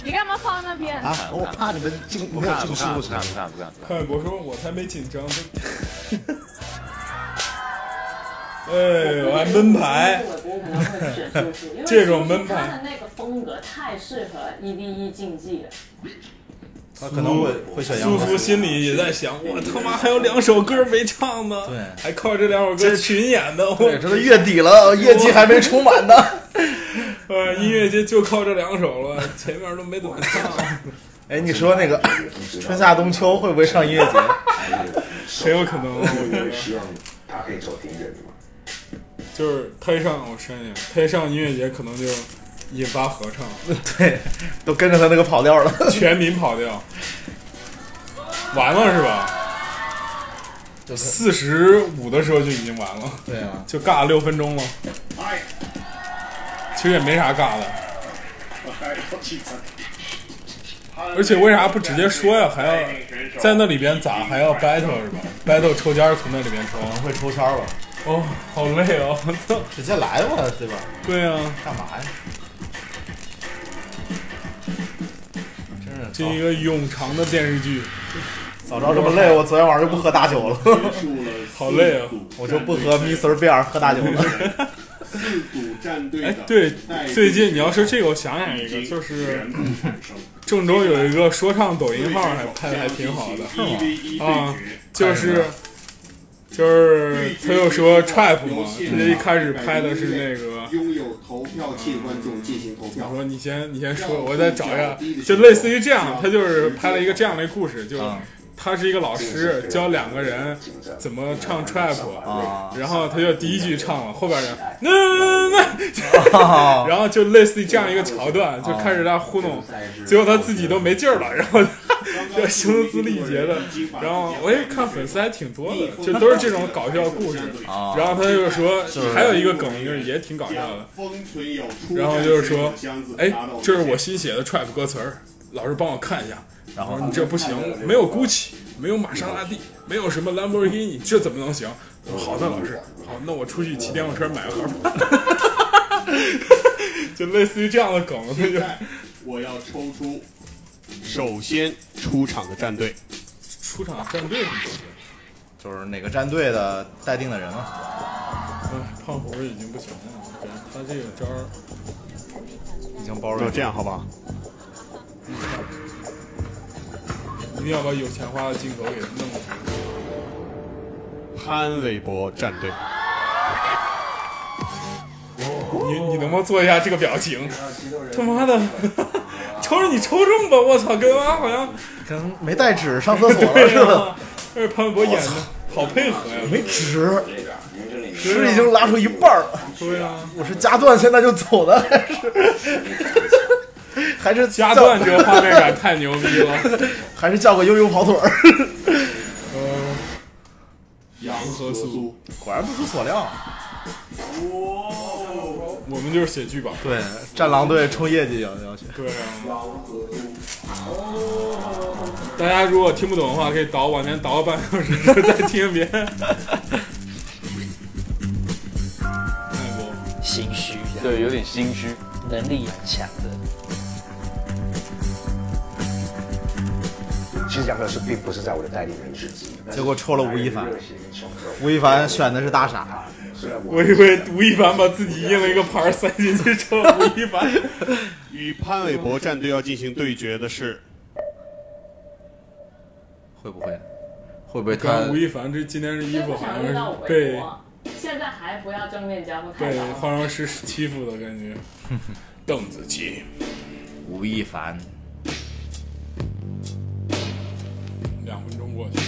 [SPEAKER 16] 你干嘛放那边？
[SPEAKER 4] 啊我怕你们进
[SPEAKER 13] 没有进
[SPEAKER 4] 不
[SPEAKER 13] 入
[SPEAKER 4] 看不看不看。
[SPEAKER 2] 潘玮柏说：“我才没紧张。”哎，我还闷牌，这种闷
[SPEAKER 6] 他
[SPEAKER 2] 牌
[SPEAKER 6] 的那个风格太适合一 v 一竞技了。
[SPEAKER 1] 他可能会会选杨
[SPEAKER 2] 苏苏心里也在想，我他妈还有两首歌没唱呢，对，还靠这两首歌群演呢。我
[SPEAKER 1] 对，这都月底了，业绩还没出满呢。
[SPEAKER 2] 呃，音乐节就靠这两首了，前面都没怎么唱。
[SPEAKER 1] 哎，你说那个春夏冬秋会不会上音乐节？
[SPEAKER 2] 很有 可能，我觉得
[SPEAKER 1] 希望
[SPEAKER 2] 他可以找听人嘛。就是推上我声音，推上音乐节可能就引发合唱，
[SPEAKER 1] 对，都跟着他那个跑调了。
[SPEAKER 2] 全民跑调，完了是吧？
[SPEAKER 1] 就
[SPEAKER 2] 四十五的时候就已经完了，
[SPEAKER 1] 对啊，
[SPEAKER 2] 就尬了六分钟了。其实也没啥尬的，而且为啥不直接说呀？还要在那里边咋还要 battle 是吧？battle 抽签儿从那里边抽，
[SPEAKER 1] 会抽签吧？
[SPEAKER 2] 哦，好累哦，我操！啊
[SPEAKER 1] 直接来吧，对吧？
[SPEAKER 2] 对呀、
[SPEAKER 1] 干嘛呀？真是
[SPEAKER 2] 这一个冗长的电视剧。
[SPEAKER 1] 早知道这么累，我昨天晚上就不喝大酒了。
[SPEAKER 2] 好累啊！
[SPEAKER 1] 我就不和 Mr. Bear 喝大酒了。
[SPEAKER 11] 四组战队
[SPEAKER 2] 哎，对，最近你要说这个，我想想一个，就是郑州有一个说唱抖音号，还拍的还挺好的啊，就是就是他又说 trap 嘛，他一开始拍的是那个。
[SPEAKER 11] 嗯拥有投票器观众进行投票。
[SPEAKER 2] 我说你先你先说，我再找一下，就类似于这样，他就是拍了一个这样的故事，就是他是一个老师教两个人怎么唱 trap，然后他就第一句唱了，后边人那 那，然后就类似于这样一个桥段，就开始在那糊弄，结果他自己都没劲儿了，然后。要 声嘶力竭的，然后我也看粉丝还挺多的，就都是这种搞笑故事。然后他哦就说，还有一个梗就是也挺搞笑的，然后就是说，哎，这是我新写的 trap 歌词儿，老师帮我看一下。然后你这不行，没有 GUCCI，没有玛莎拉蒂，没有什么兰博基尼，这怎么能行？我说好的，老师，好，那我出去骑电动车买个盒吧。 就类似于这样的梗，他就
[SPEAKER 11] 我要抽出首先出场的战队，
[SPEAKER 2] 出场战队是什么？
[SPEAKER 1] 就是哪个战队的待定的人啊嘛。
[SPEAKER 2] 哎，胖虎已经不行了，他这个招儿
[SPEAKER 1] 已经包
[SPEAKER 11] 那这样好不好？
[SPEAKER 2] 一定要把有钱花的镜头给弄出来。
[SPEAKER 11] 潘玮柏战队，
[SPEAKER 2] 你你能不能做一下这个表情？他妈的， 瞅着你抽中吧！我操，跟妈好像
[SPEAKER 1] 跟没带纸上厕所了似的。
[SPEAKER 2] 这是潘玮柏演的， 好配合呀！
[SPEAKER 1] 没纸，纸已经拉出一半儿了。
[SPEAKER 2] 对啊，
[SPEAKER 1] 我是夹断，现在就走的，还是还是
[SPEAKER 2] 加段这个画面感太牛逼了，
[SPEAKER 1] 还是叫个悠悠跑腿儿。
[SPEAKER 2] 嗯，
[SPEAKER 11] 杨和苏
[SPEAKER 1] 果然不出所料，啊
[SPEAKER 2] 我们就是写剧本。
[SPEAKER 1] 对，战狼队冲业绩要要去。
[SPEAKER 2] 对啊。大家如果听不懂的话，可以倒往前倒个半小时再听一遍。
[SPEAKER 18] 心虚，
[SPEAKER 4] 对，有点心虚，
[SPEAKER 18] 能力很强的。
[SPEAKER 19] 其实杨老师并不是在我的代理人之一，
[SPEAKER 1] 结果抽了吴亦凡，吴亦凡选的是啊大傻。
[SPEAKER 2] 我以为吴亦凡把自己印了一个牌儿塞进去抽吴亦凡。
[SPEAKER 11] 与潘玮柏战队要进行对决的是，
[SPEAKER 1] 会不会？会不会
[SPEAKER 2] 看吴亦凡这今天这衣服好像是被
[SPEAKER 6] 现在还不要正面交锋
[SPEAKER 2] 被化妆师欺负的感 觉。邓紫棋，
[SPEAKER 1] 吴亦凡，
[SPEAKER 2] 两分钟过去。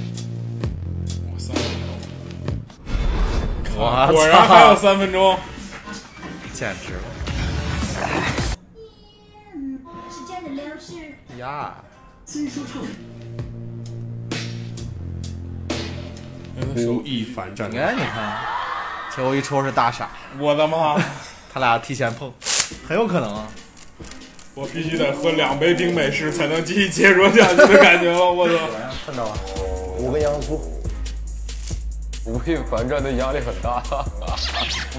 [SPEAKER 2] 哇三分钟
[SPEAKER 1] 我啊操
[SPEAKER 2] 果然还有三分钟，
[SPEAKER 1] 简直了！
[SPEAKER 24] 是真的粮食。
[SPEAKER 1] 呀，
[SPEAKER 24] 新说唱。
[SPEAKER 11] 吴亦凡战
[SPEAKER 1] 嗯你
[SPEAKER 11] 队。
[SPEAKER 1] 看，你看，啊结果一抽是大傻。
[SPEAKER 2] 我的妈！
[SPEAKER 1] 他俩提前碰，很有可能啊。
[SPEAKER 2] 我必须得喝两杯冰美式才能继续接着下去的感觉了。我操！
[SPEAKER 8] 看
[SPEAKER 11] 啊
[SPEAKER 8] 到了，我跟杨苏，
[SPEAKER 5] 吴亦凡战队压力很大。
[SPEAKER 4] 我啊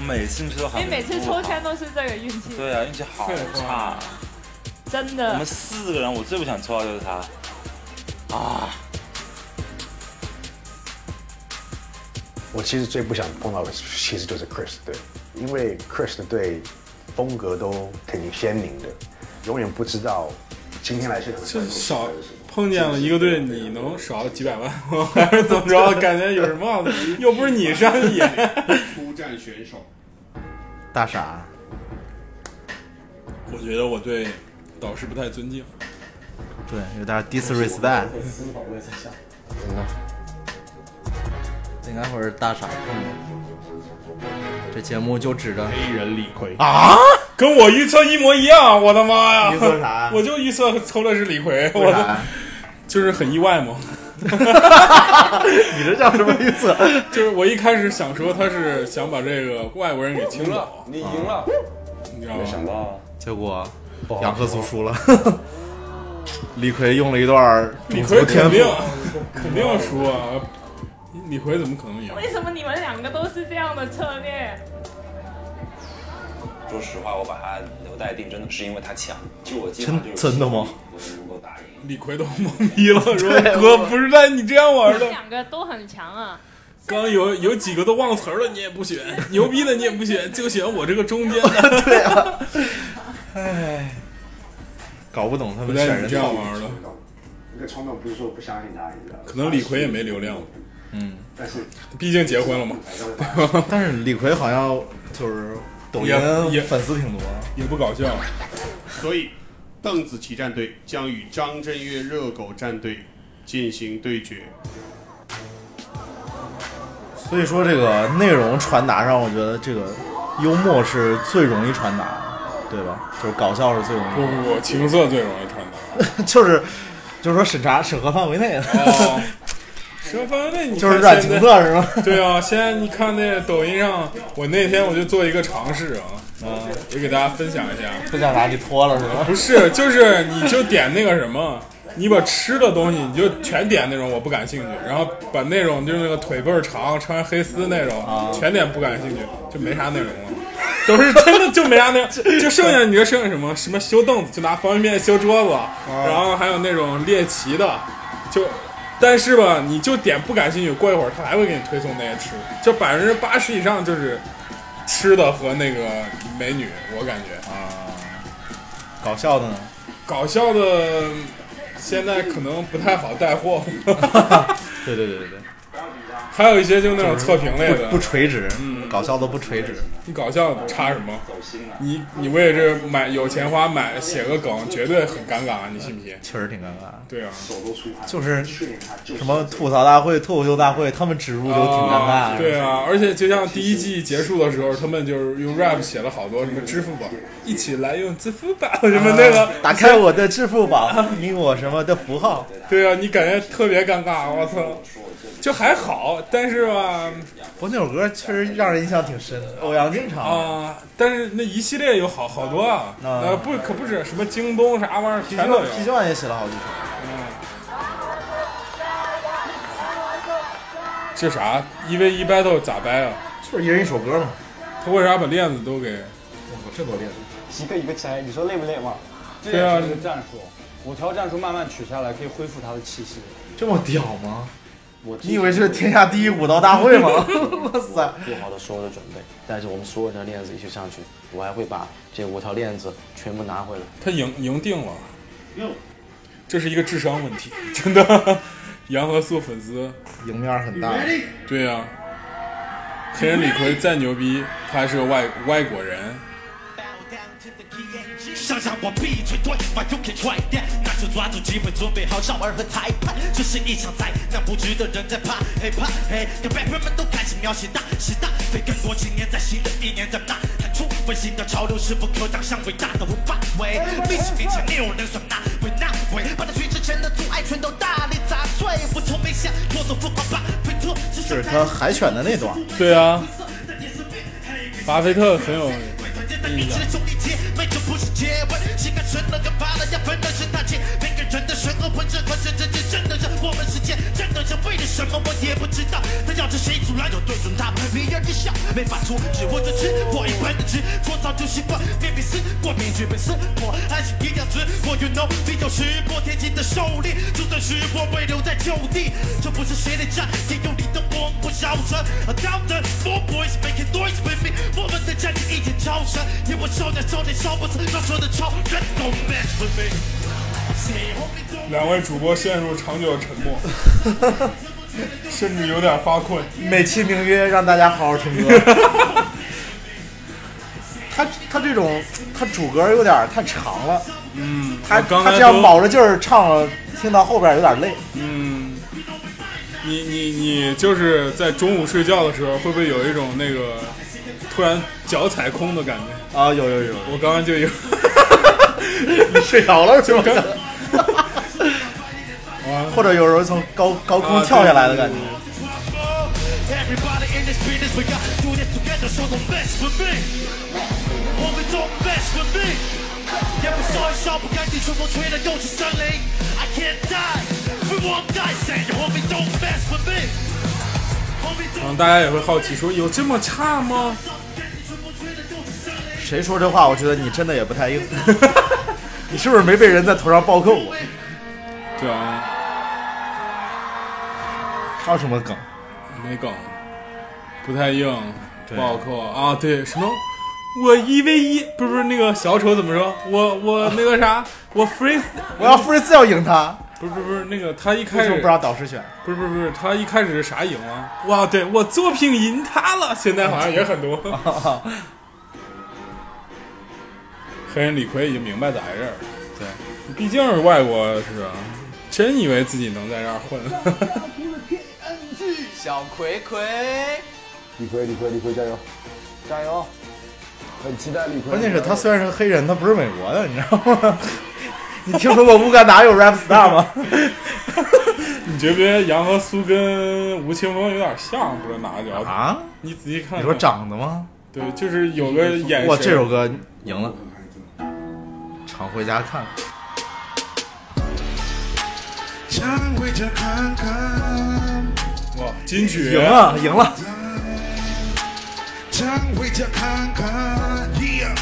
[SPEAKER 4] 每次抽还
[SPEAKER 21] 你每次抽签都是这个运气，
[SPEAKER 4] 对啊，运气好差。
[SPEAKER 21] 真
[SPEAKER 4] 我
[SPEAKER 21] 的
[SPEAKER 4] 们。四个人，我最不想抽到就是他。啊，
[SPEAKER 19] 我其实最不想碰到的其实就是 Chris 的队，因为 Chris 的队风格都挺鲜明的，永远不知道今天来是
[SPEAKER 2] 这少碰见了一个队，你能少几百万吗？ 还是怎么着？感觉有什么？又不是你上去演。
[SPEAKER 11] 出战选手，
[SPEAKER 1] 大傻，
[SPEAKER 2] 我觉得我对导师不太尊敬。
[SPEAKER 1] 对，有点 disrespect。应该会是大傻碰的。这节目就指着
[SPEAKER 11] 黑人理亏
[SPEAKER 1] 啊！
[SPEAKER 2] 跟我预测一模一样，我的妈呀！
[SPEAKER 1] 预测啥
[SPEAKER 2] 我就预测抽的是李逵，
[SPEAKER 1] 为
[SPEAKER 2] 我
[SPEAKER 1] 啥
[SPEAKER 2] 的就是很意外嘛。
[SPEAKER 1] 你这叫什么预测？
[SPEAKER 2] 就是我一开始想说他是想把这个外国人给清了，你赢了，你知道吗？
[SPEAKER 1] 到，结果杨和苏输了。 李逵用了一段
[SPEAKER 2] 李
[SPEAKER 1] 种族
[SPEAKER 2] 逵
[SPEAKER 1] 天
[SPEAKER 2] 肯
[SPEAKER 1] 赋
[SPEAKER 2] 定，肯定输啊！李逵怎么可能赢？
[SPEAKER 21] 为什么你们两个都是这样的策略？
[SPEAKER 4] 说实话，我把他留待定真的是因为他强。就我基本上就是
[SPEAKER 1] 真的吗？
[SPEAKER 2] 李逵都懵逼了， 说哥不是带你这样玩的。
[SPEAKER 16] 两个都很强啊，
[SPEAKER 2] 刚有有几个都忘词儿了，你也不选，牛逼的你也不选，就选我这个中间的。 对啊，
[SPEAKER 1] 哎，搞不懂他
[SPEAKER 2] 不
[SPEAKER 1] 们
[SPEAKER 2] 带
[SPEAKER 1] 选
[SPEAKER 2] 你
[SPEAKER 1] 人
[SPEAKER 2] 这样
[SPEAKER 1] 套路
[SPEAKER 2] 玩的，
[SPEAKER 19] 一个冲动不是说不相信他，你知道吗
[SPEAKER 2] 可能李逵也没流量了。
[SPEAKER 1] 嗯，
[SPEAKER 19] 但是
[SPEAKER 2] 毕竟结婚了嘛。
[SPEAKER 1] 但是李逵好像就是抖
[SPEAKER 11] 也
[SPEAKER 1] 音
[SPEAKER 11] 也
[SPEAKER 1] 粉丝挺多，
[SPEAKER 2] 也不搞笑。
[SPEAKER 11] 所以，邓紫棋战队将与张震岳热狗战队进行对决。
[SPEAKER 1] 所以说这个内容传达上，我觉得这个幽默是最容易传达的，对吧？就是搞笑是最容易。
[SPEAKER 2] 不不不，情色最容易传
[SPEAKER 1] 达， 就是就是说审查审核范围内的。
[SPEAKER 2] 哦蛇方那你看
[SPEAKER 1] 就是软情色是吗
[SPEAKER 2] 现在 对啊，现在你看那抖音上，我那天我就做一个尝试啊，也给大家分享一下。
[SPEAKER 1] 分享啥？你脱了是吗？
[SPEAKER 2] 不是，就是你就点那个什么，你把吃的东西你就全点那种我不感兴趣，然后把那种就是那个腿倍儿长、穿黑丝那种，
[SPEAKER 1] 啊
[SPEAKER 2] 全点不感兴趣，就没啥内容了。都是真的就没啥内容， 就剩下你说剩下什么什么修凳子，就拿方便面修桌
[SPEAKER 1] 啊
[SPEAKER 2] 子，然后还有那种猎奇的，就。但是吧，你就点不感兴趣，过一会儿他还会给你推送那些吃，就百分之八十以上就是吃的和那个美女，我感觉
[SPEAKER 1] 啊， 搞笑的呢？
[SPEAKER 2] 搞笑的现在可能不太好带 货，
[SPEAKER 1] 对对对对对。
[SPEAKER 2] 还有一些就那种测评类的，
[SPEAKER 1] 不不垂直，
[SPEAKER 2] 嗯
[SPEAKER 1] 搞笑的不垂直。
[SPEAKER 2] 你搞笑差什么？你你为这买有钱花买写个梗，绝对很尴尬，啊你信不信？
[SPEAKER 1] 确实挺尴尬。
[SPEAKER 2] 对啊，
[SPEAKER 1] 就是什么吐槽大会、脱口秀大会，他们植入都挺尴尬
[SPEAKER 2] 啊
[SPEAKER 1] 的。
[SPEAKER 2] 对啊，而且就像第一季结束的时候，他们就是用 rap 写了好多什么支付 宝，一起来用支付宝 什么那个
[SPEAKER 1] 啊， 打开我的支付宝，你我什么的符号，
[SPEAKER 2] 对啊，你感觉特别尴尬，我操，就还好，但是吧，
[SPEAKER 1] 我那首歌确实让人印象挺深的，欧阳靖唱的。
[SPEAKER 2] 啊，但是那一系列有好好多啊，
[SPEAKER 1] 啊
[SPEAKER 2] 呃，不可不止什么京东啥玩意儿，
[SPEAKER 1] 皮
[SPEAKER 2] 全都有
[SPEAKER 1] 球。皮球案也写了好几首。
[SPEAKER 2] 嗯这啥一 v 一 battle 咋掰啊？
[SPEAKER 1] 就是一人一首歌嘛。
[SPEAKER 2] 他为啥把链子都给？
[SPEAKER 1] 这多链子！
[SPEAKER 3] 一个一个拆，你说累不累嘛？这
[SPEAKER 2] 对啊
[SPEAKER 3] 也是一个战术，五条战术慢慢取下来，可以恢复他的气息。
[SPEAKER 1] 这么屌吗？
[SPEAKER 3] 我
[SPEAKER 1] 你以为这是天下第一武道大会 吗？哇塞！
[SPEAKER 7] 做好了所有的准备，带着我们所有的链子一起上去，我还会把这五条链子全部拿回来。
[SPEAKER 2] 他赢赢定了，这是一个智商问题， 真的。杨和素粉丝
[SPEAKER 1] 赢面很大 You ready？
[SPEAKER 2] 对呀、黑人李逵再牛逼，他还是个外外国人。
[SPEAKER 22] 想让我闭嘴，对，把 UK 踹掉，那就抓住机会，准备好少儿和裁判。这是一场灾难，不值的人在怕，嘿怕嘿，这 rapper 们都开始瞄起大时代，被更多青年在新的一年在那喊出温馨的潮流势不可挡，向伟大的无范围。历史面前没有人算哪位哪位，把他去之前的阻碍全都大力砸碎。我从没想过做疯狂吧，推脱只
[SPEAKER 1] 就是他海选的那段。
[SPEAKER 2] 对啊，巴菲特很有印象。
[SPEAKER 22] 兄弟姐妹就不是结尾，心甘情愿跟扒拉要分的是那些每个人的神和魂是和神之间真的是我们之间真的是为了什么我也不知道，但要是谁突然有对准他们皮儿一笑，没法阻止我就吃我一般的吃，我早就习惯变比斯过敏绝被撕破，还是一样直我 you know 你有时破天际的狩猎，就算是我被留在就地，这不是谁的战，也有你的梦不消沉。A thousand more boys making noise with me，我们的战绩一天超神，因为少年少年少不成，要说的超人 don't mess with me。谁红的
[SPEAKER 2] 两位主播陷入长久的沉默， 甚至有点发困。
[SPEAKER 1] 美其名曰 让大家好好听 歌。他他这种他主歌有点太长了，
[SPEAKER 2] 嗯，
[SPEAKER 1] 他
[SPEAKER 2] 我刚
[SPEAKER 1] 他
[SPEAKER 2] 才
[SPEAKER 1] 这样
[SPEAKER 2] 都
[SPEAKER 1] 卯着劲儿唱了，听到后边有点累。
[SPEAKER 2] 嗯，你你你就是在中午睡觉的时候，会不会有一种那个突然脚踩空的感觉？
[SPEAKER 1] 啊，有有有，
[SPEAKER 2] 我刚刚就有。
[SPEAKER 1] 你睡着了是吗？
[SPEAKER 2] 哇啊
[SPEAKER 1] 或者有时候从高高空跳下来的感觉。
[SPEAKER 22] Everybody in this business we got to do this together, so don't mess with me。我们 don't mess with me。也不说一笑不干净，春风吹得又起森林。I can't die, we won't die. Say, homie, don't mess with me。
[SPEAKER 2] 嗯然后大家也会好奇说，有这么差吗？
[SPEAKER 1] 谁说这话，我觉得你真的也不太硬。 你是不是没被人在头上暴扣过？
[SPEAKER 2] 对啊，
[SPEAKER 1] 还有什么梗？
[SPEAKER 2] 没梗，不太硬，
[SPEAKER 1] 对
[SPEAKER 2] 不好扣啊。对，什么？我一 v 一，不是不是那个小丑怎么说？我我那个啥， 我 freeze，
[SPEAKER 1] 我要 freeze 要赢他。
[SPEAKER 2] 不是不是不是那个他一
[SPEAKER 1] 为
[SPEAKER 2] 开
[SPEAKER 1] 什
[SPEAKER 2] 始
[SPEAKER 1] 么不让导师选？
[SPEAKER 2] 不是不是不是，他一开始是啥赢啊？哇，对我作品赢他了，现在好像也很 多。黑人李逵已经明白咋回事儿，对，毕竟是外国是吧？真以为自己能在这儿混？
[SPEAKER 13] 小葵葵，
[SPEAKER 25] 李逵，李逵，李逵，加油！
[SPEAKER 13] 加油！
[SPEAKER 25] 很期待李逵。
[SPEAKER 1] 关键是他虽然是黑人，他不是美国的，你知道吗？ 你听说过乌干达有 rap star 吗？
[SPEAKER 2] 你觉不觉得杨和苏跟吴青峰有点像？不知道哪个角
[SPEAKER 1] 啊？
[SPEAKER 2] 你仔细看看，
[SPEAKER 1] 你说长得吗？
[SPEAKER 2] 对，就是有个眼神。
[SPEAKER 1] 哇，这首歌赢了，常回家看看。
[SPEAKER 15] 常回家看看，
[SPEAKER 2] 哇，金曲
[SPEAKER 1] 赢了，赢了！
[SPEAKER 15] 常回家看看。Yeah,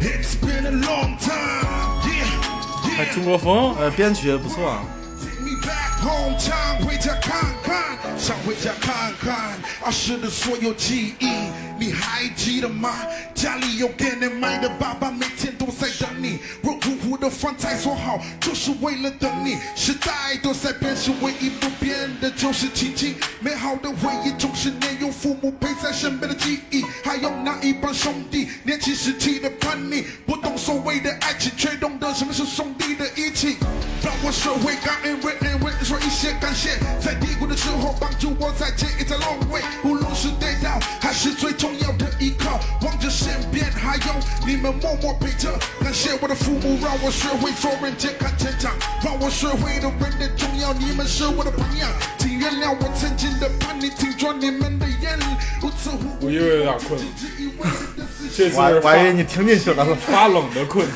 [SPEAKER 15] it's been a long time. Yeah,
[SPEAKER 1] 还
[SPEAKER 15] yeah.
[SPEAKER 1] 中国风，呃，编曲也不错啊。
[SPEAKER 15] Take me back home，常回家看看，常回家看看儿时的所有记忆，你还记得吗？家里有给你买的，爸爸每天都在等你。热乎乎的饭菜做好，就是为了等你。时代都在变，是唯一不变的就是亲情。美好的回忆总是年幼父母陪在身边的记忆，还有那一帮兄弟，年轻时期的叛逆，不懂所谓的爱情，却懂得什么是兄弟的义气。让我学会感恩，为恩为说一些感谢，在低谷的时候帮助我再接一条路位，无论是跌倒还是最重要的依靠，望着身边还有你们默默陪着，感谢我的父母，让我学会做人，健康成长，让我学会了人的重要，你们是我的榜样，请原谅我曾经的叛逆，请抓你们的眼，如此无
[SPEAKER 2] 我又有点困了，这次
[SPEAKER 1] 我还
[SPEAKER 2] 是
[SPEAKER 1] 我
[SPEAKER 2] 发
[SPEAKER 1] 还以为你听进去了。
[SPEAKER 2] 发冷的困。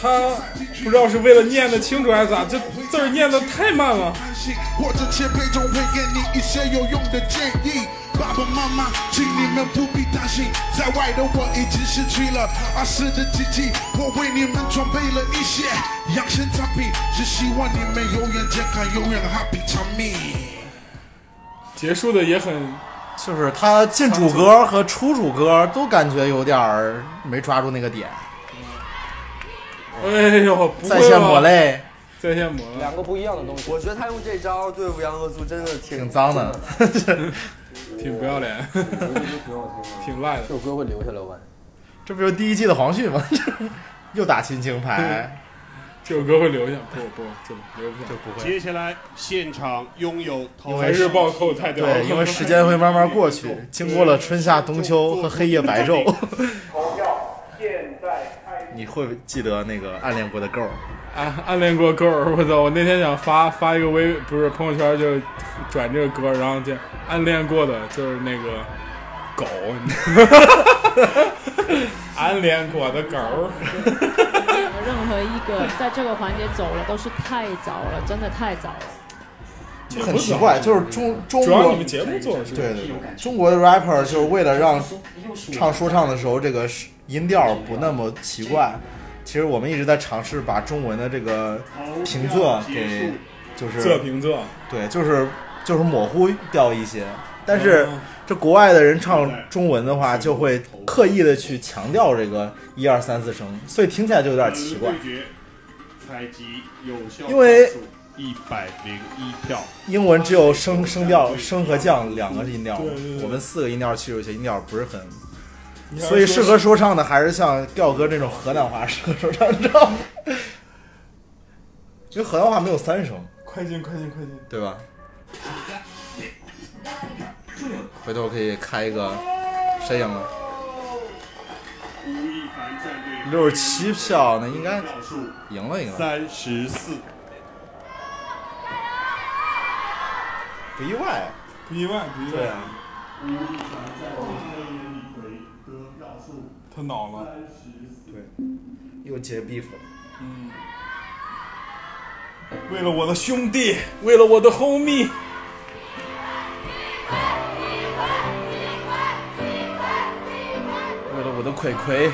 [SPEAKER 2] 他不知道是为了念的清楚还是咋，啊这字儿念的太慢了。
[SPEAKER 15] 或者前辈总会给你一些有用的建议。爸爸妈妈，请你们不必担心，在外的我已经失去了儿时的记忆，我为你们准备了一些养生产品，只希望你们永远健康，永远 happy 长命。
[SPEAKER 2] 结束的也很，
[SPEAKER 1] 就是他进主歌和出主歌都感觉有点儿没抓住那个点。
[SPEAKER 2] 哎呦，不会吧
[SPEAKER 1] 在线抹泪，
[SPEAKER 2] 在线抹泪，
[SPEAKER 26] 两个不一样的东西。
[SPEAKER 8] 我觉得他用这招对付杨和苏真的挺
[SPEAKER 1] 挺 脏的，
[SPEAKER 2] 挺不要脸， 挺赖的。
[SPEAKER 26] 这首歌会留下来吧？
[SPEAKER 1] 这不就是第一季的黄旭吗？ 又打亲情牌，
[SPEAKER 2] 这首歌会留下，不不，这留不下，这不
[SPEAKER 11] 接下来现场拥有
[SPEAKER 1] 因
[SPEAKER 11] 头
[SPEAKER 1] 为时对，因为时间会慢慢过去，经过了春夏冬秋和黑夜白昼。 你会不会记得那个暗恋过的 girl？
[SPEAKER 2] 暗啊暗恋过歌儿，我操！我那天想发发一个微，不是朋友圈就转这个歌儿，然后就暗恋过的就是那个狗，你知道吗暗恋过的狗儿。
[SPEAKER 6] 任何一个在这个环节走了都是太早了，真的太早了。
[SPEAKER 1] 就很奇怪，就是中中
[SPEAKER 2] 主要
[SPEAKER 1] 国
[SPEAKER 2] 你们节目做的是
[SPEAKER 1] 对对对，中国的 rapper 就是为了让唱说唱的时候这个音调不那么奇怪。其实我们一直在尝试把中文的这个平仄给就是
[SPEAKER 2] 仄平仄，
[SPEAKER 1] 对，就是就是模糊掉一些。但是这国外的人唱中文的话，就会刻意的去强调这个一二三四声，所以听起来就有点奇怪。
[SPEAKER 11] 对决采集有效
[SPEAKER 1] 因为
[SPEAKER 11] 一百零一票，
[SPEAKER 1] 英文只有升升调、升和降两个音调嘛
[SPEAKER 11] 对对，对
[SPEAKER 1] 我们四个音调，其实有些音调不是很，
[SPEAKER 2] 你还是
[SPEAKER 1] 所以适合说唱的还是像调哥这种河南话适合说唱，你知道吗？因为河南话没有三声，
[SPEAKER 2] 快进快进快进！
[SPEAKER 1] 对吧？回头可以开一个，谁赢了？六十七票，那应该赢了，赢了，
[SPEAKER 11] 三十四，
[SPEAKER 1] 不意外，啊
[SPEAKER 2] 不意外，不意
[SPEAKER 1] 对
[SPEAKER 2] 外
[SPEAKER 1] 啊。
[SPEAKER 2] 他恼了，
[SPEAKER 1] 又结 beef 了。
[SPEAKER 2] 嗯，为了我的兄弟，为了我的 homie，
[SPEAKER 1] 我的葵葵，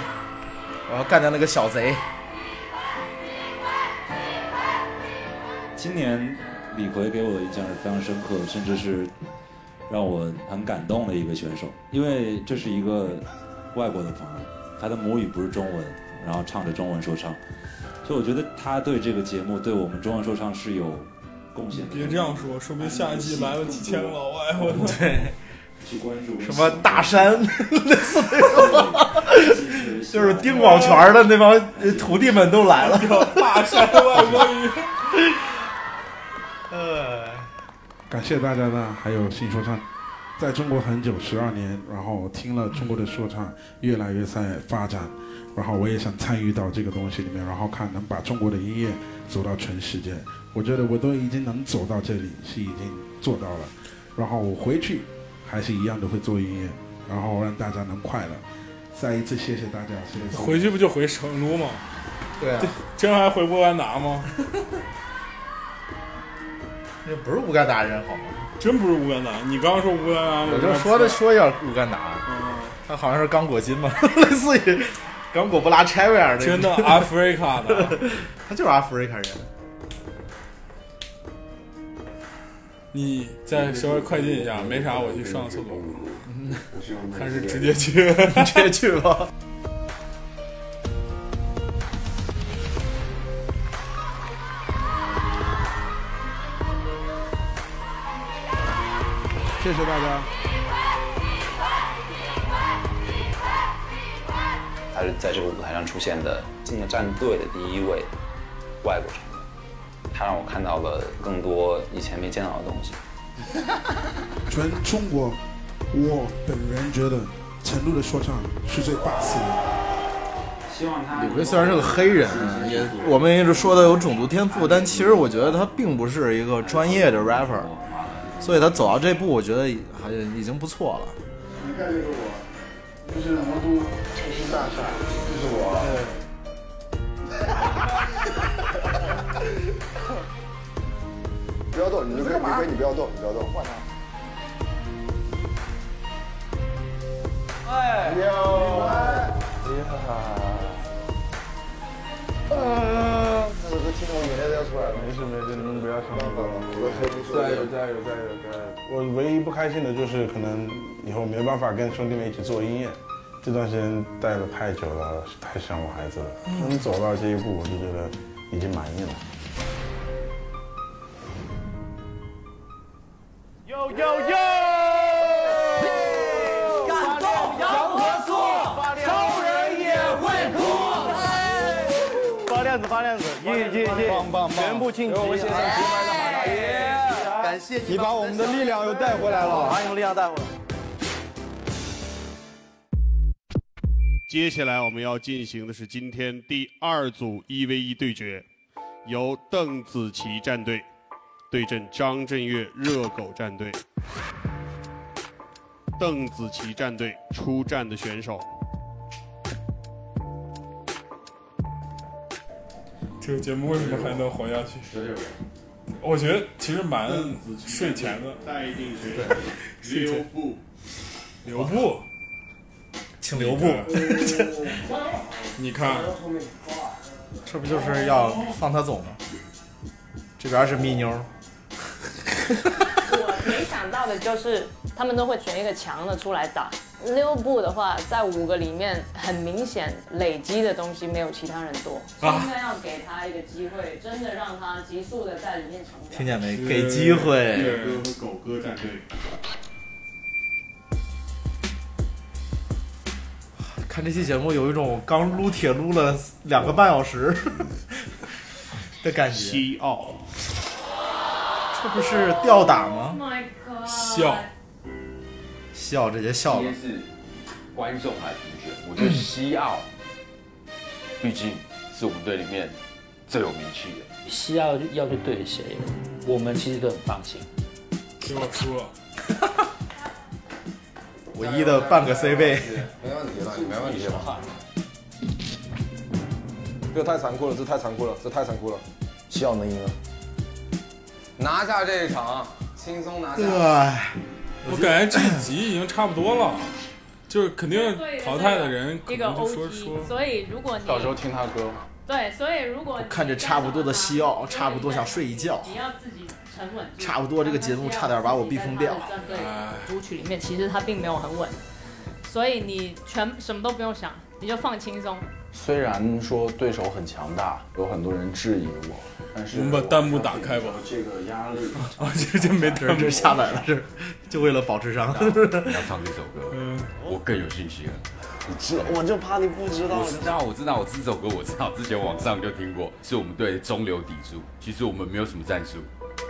[SPEAKER 1] 我要干掉那个小贼。
[SPEAKER 9] 今年李逵给我的印象是非常深刻，甚至是让我很感动的一个选手，因为这是一个外国的朋友，他的母语不是中文，然后唱着中文说唱，所以我觉得他对这个节目，对我们中文说唱是有贡献的。
[SPEAKER 2] 别这样说，说明下一季来了几千哎个老外，我操！
[SPEAKER 1] 对，
[SPEAKER 9] 去关注
[SPEAKER 1] 什么大山，类似 那种，就是丁广泉的那帮呃徒弟们都来了。
[SPEAKER 2] 大山外国语。
[SPEAKER 1] 呃，
[SPEAKER 14] 感谢大家呢，还有新说唱，在中国很久十二年，然后听了中国的说唱越来越在发展，然后我也想参与到这个东西里面，然后看能把中国的音乐走到全世界。我觉得我都已经能走到这里，是已经做到了。然后我回去还是一样的会做音乐，然后让大家能快乐。再一次谢谢大家，谢谢。
[SPEAKER 2] 回去不就回成都吗？
[SPEAKER 1] 对啊
[SPEAKER 2] 这这还回乌干达吗？
[SPEAKER 1] 这不是乌干达人好吗？
[SPEAKER 2] 真不是乌干达，你刚刚说乌干达，
[SPEAKER 1] 我就说的说一下乌干达，他好像是刚果金嘛， 类似于刚果布拉柴维尔那个
[SPEAKER 2] 真的 Africa 的，
[SPEAKER 1] 他就是 Africa 人。
[SPEAKER 2] 你再稍微快进一下，没啥，我去上个厕所。还是直接去，
[SPEAKER 1] 直接去吧。
[SPEAKER 14] 谢谢大家。
[SPEAKER 20] 他是在这个舞台上出现的进了战队的第一位外国成员，他让我看到了更多以前没见到的东西。
[SPEAKER 14] 全中国，我本人觉得成都的说唱是最霸气的。
[SPEAKER 20] 希望他
[SPEAKER 1] 李逵虽然是个黑人，也我们一直说他有种族天赋，但其实我觉得他并不是一个专业的 rapper，所以他走到这步，我觉得还已经不错了。
[SPEAKER 14] 你看这个我，就是魔都，就是大厦，就是我。
[SPEAKER 8] 啊 不要动，你就跟玫瑰，你不要动，你不要动，换啊他。
[SPEAKER 20] 哎
[SPEAKER 8] 呦，啊！那首歌听得我眼泪都要出来了。没事没事，你们不要想那么多。
[SPEAKER 27] 加油加油加油加油！我唯一不开心的就是可能以后没办法跟兄弟们一起做音乐，这段时间待的太久了，太想我孩子了。能走到这一步，我就觉得已经满意了。
[SPEAKER 13] 呦呦呦！感动杨和苏，超人也会哭。
[SPEAKER 28] 发亮子，发亮子，耶耶耶！棒棒棒！全部晋级！我们现场直白的喊大爷！感谢
[SPEAKER 3] 你把我们的力量又带回来了
[SPEAKER 28] 把你们力量带回来。
[SPEAKER 11] 接下来我们要进行的是今天第二组一 v 一对决，由邓紫棋战队对阵张震岳热狗战队。邓紫棋战队出战的选手，
[SPEAKER 2] 这个节目为什么还能活下去？我觉得其实蛮睡前的。
[SPEAKER 11] 待定选
[SPEAKER 2] 睡前
[SPEAKER 11] 刘步，
[SPEAKER 2] 留步，
[SPEAKER 1] 请留步。
[SPEAKER 2] 你看，
[SPEAKER 1] 这不就是要放他走吗？这边是蜜妞，
[SPEAKER 6] 没想到的就是他们都会选一个强的出来打。六步的话，在五个里面，很明显累积的东西没有其他人多，所以
[SPEAKER 1] 啊
[SPEAKER 6] 应该要给他一个机会，真的让他急速的在里面成长。
[SPEAKER 1] 听见没？给机会。
[SPEAKER 11] 哥和狗哥战队。
[SPEAKER 1] 看这期节目有一种刚撸铁撸了两个半小时的感觉。
[SPEAKER 11] 西奥，
[SPEAKER 1] 这不是吊打吗？
[SPEAKER 16] Oh my god！
[SPEAKER 1] 笑，笑，这些笑嗯了。
[SPEAKER 29] 是观众还是评选？我觉得西奥，毕竟是我们队里面最有名气的。
[SPEAKER 18] 西奥要去对谁，我们其实都很放心。
[SPEAKER 2] 结果输 了。
[SPEAKER 1] 唯一的半个 C 位，
[SPEAKER 8] 没问题了，你没问题了。这太残酷了，这太残酷了，这太残酷了。希望能赢啊！
[SPEAKER 3] 拿下这一场，轻松拿下。
[SPEAKER 1] 哎，
[SPEAKER 2] 我感觉这一集已经差不多了，就是肯定
[SPEAKER 16] 对
[SPEAKER 2] 淘汰的人
[SPEAKER 16] 一
[SPEAKER 2] 可
[SPEAKER 16] 个
[SPEAKER 2] 能就说
[SPEAKER 16] OG，
[SPEAKER 2] 说，
[SPEAKER 16] 所以如果你
[SPEAKER 3] 到时候听他歌。
[SPEAKER 16] 对，所以如果你
[SPEAKER 1] 看着差不多的西奥，差不多想睡一觉，
[SPEAKER 16] 你要自己沉稳住，
[SPEAKER 1] 差不多这个节目差点把我逼疯掉。
[SPEAKER 16] 在对
[SPEAKER 2] 哎
[SPEAKER 16] 舞曲里面，其实它并没有很稳，所以你全什么都不用想，你就放轻松。
[SPEAKER 3] 虽然说对手很强大，有很多人质疑我，但是
[SPEAKER 2] 我们把弹幕打开吧。哦
[SPEAKER 3] 这个压 力，
[SPEAKER 1] 这这没
[SPEAKER 2] 弹幕
[SPEAKER 1] 这下载了， 这就为了保持伤。
[SPEAKER 29] 要唱这首歌，
[SPEAKER 1] 嗯
[SPEAKER 29] 我更有信心了。你
[SPEAKER 28] 知我就怕你不知道
[SPEAKER 29] 我。知道，我知道，我这首歌我知道，之前网上就听过，是我们队中流砥柱。其实我们没有什么战术，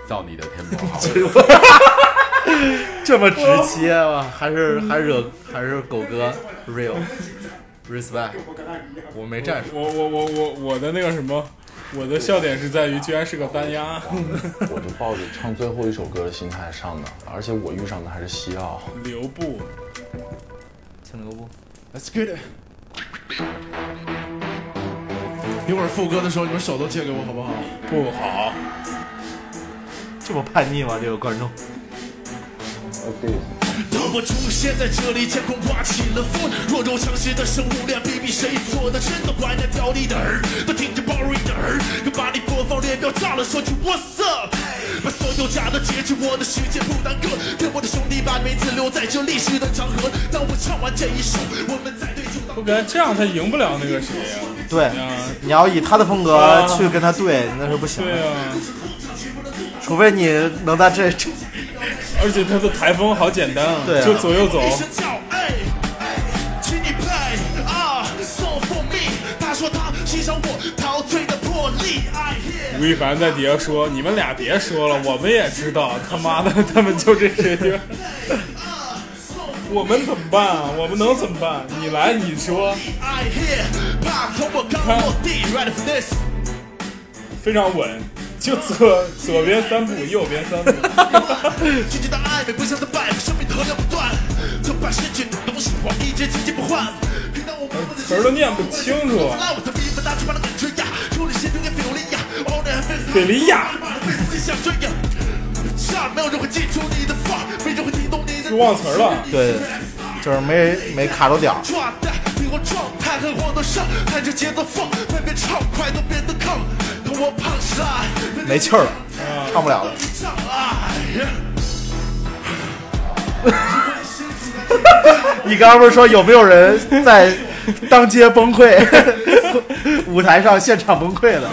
[SPEAKER 29] 照你的 tempo 好了。
[SPEAKER 1] 这么直接吗？还是还惹还是狗哥 real respect？我没战术，
[SPEAKER 2] 我我我我我的那个什么，我的笑点是在于居然是个单 压，
[SPEAKER 3] 我就抱着唱最后一首歌的心态上的，而且我遇上的还是西奥。
[SPEAKER 2] 留步，
[SPEAKER 1] 请留步。
[SPEAKER 4] Let's get it。一会儿副歌的时候，你们手都借给我好不好？
[SPEAKER 2] 不好。
[SPEAKER 1] 这么叛逆吗？这个观众？
[SPEAKER 22] 我出现在这里，天空刮起了风。弱肉强食的生物链，比比谁做的真的坏。那掉你的儿，不听着 boring 的儿，又把你播放列表炸了，说句 What's up？把所有假的截肢，我的世界不耽搁。给我的兄弟把名字留在这历史的长河。当我唱完这一首，我们再对就当。
[SPEAKER 2] 我感觉这样他赢不了那个谁呀、啊
[SPEAKER 1] 对，你要以他的风
[SPEAKER 4] 啊
[SPEAKER 1] 格去跟他对，那是不行
[SPEAKER 2] 对
[SPEAKER 1] 的。
[SPEAKER 2] 啊，
[SPEAKER 1] 除非你能在这这
[SPEAKER 2] 而且他的台风好简单啊，
[SPEAKER 1] 对啊
[SPEAKER 2] 就左右走
[SPEAKER 22] 一，声叫，哎，请你 play 啊，song for me。他说他欣赏我陶醉的魄力，I hear。
[SPEAKER 2] 吴亦凡在底下说：“你们俩别说了，我们也知道，他妈的， 他们就这水平，我们怎么办啊？我们能怎么办？你来，你说，
[SPEAKER 22] I hear，怕从我刚落地，Ready for this？
[SPEAKER 2] 非常稳，就左左边三步，右边三步，
[SPEAKER 22] 拒绝的暧昧，不想再拜，生命的河流不断，就把失去的东西我一直紧紧不换。可当我慢 慢的
[SPEAKER 2] 词儿都念不清楚。
[SPEAKER 22] 拉我的逼，把大翅膀的感觉呀，处理心中的费利亚，偶尔还
[SPEAKER 2] 费利亚，
[SPEAKER 22] 被自己想追呀。下没有人会记住你的话，没人会听懂你的。
[SPEAKER 2] 忘词儿了
[SPEAKER 1] 对，就是没没卡住点儿。
[SPEAKER 22] 状态，灵魂状态和我都上，弹着节奏放，外面畅快都变得亢，可我胖傻，
[SPEAKER 1] 没气儿了，
[SPEAKER 4] 啊
[SPEAKER 1] 唱不了 了。
[SPEAKER 22] 障碍。
[SPEAKER 1] 你刚刚不是说有没有人在当街崩溃， 舞台上现场崩溃了？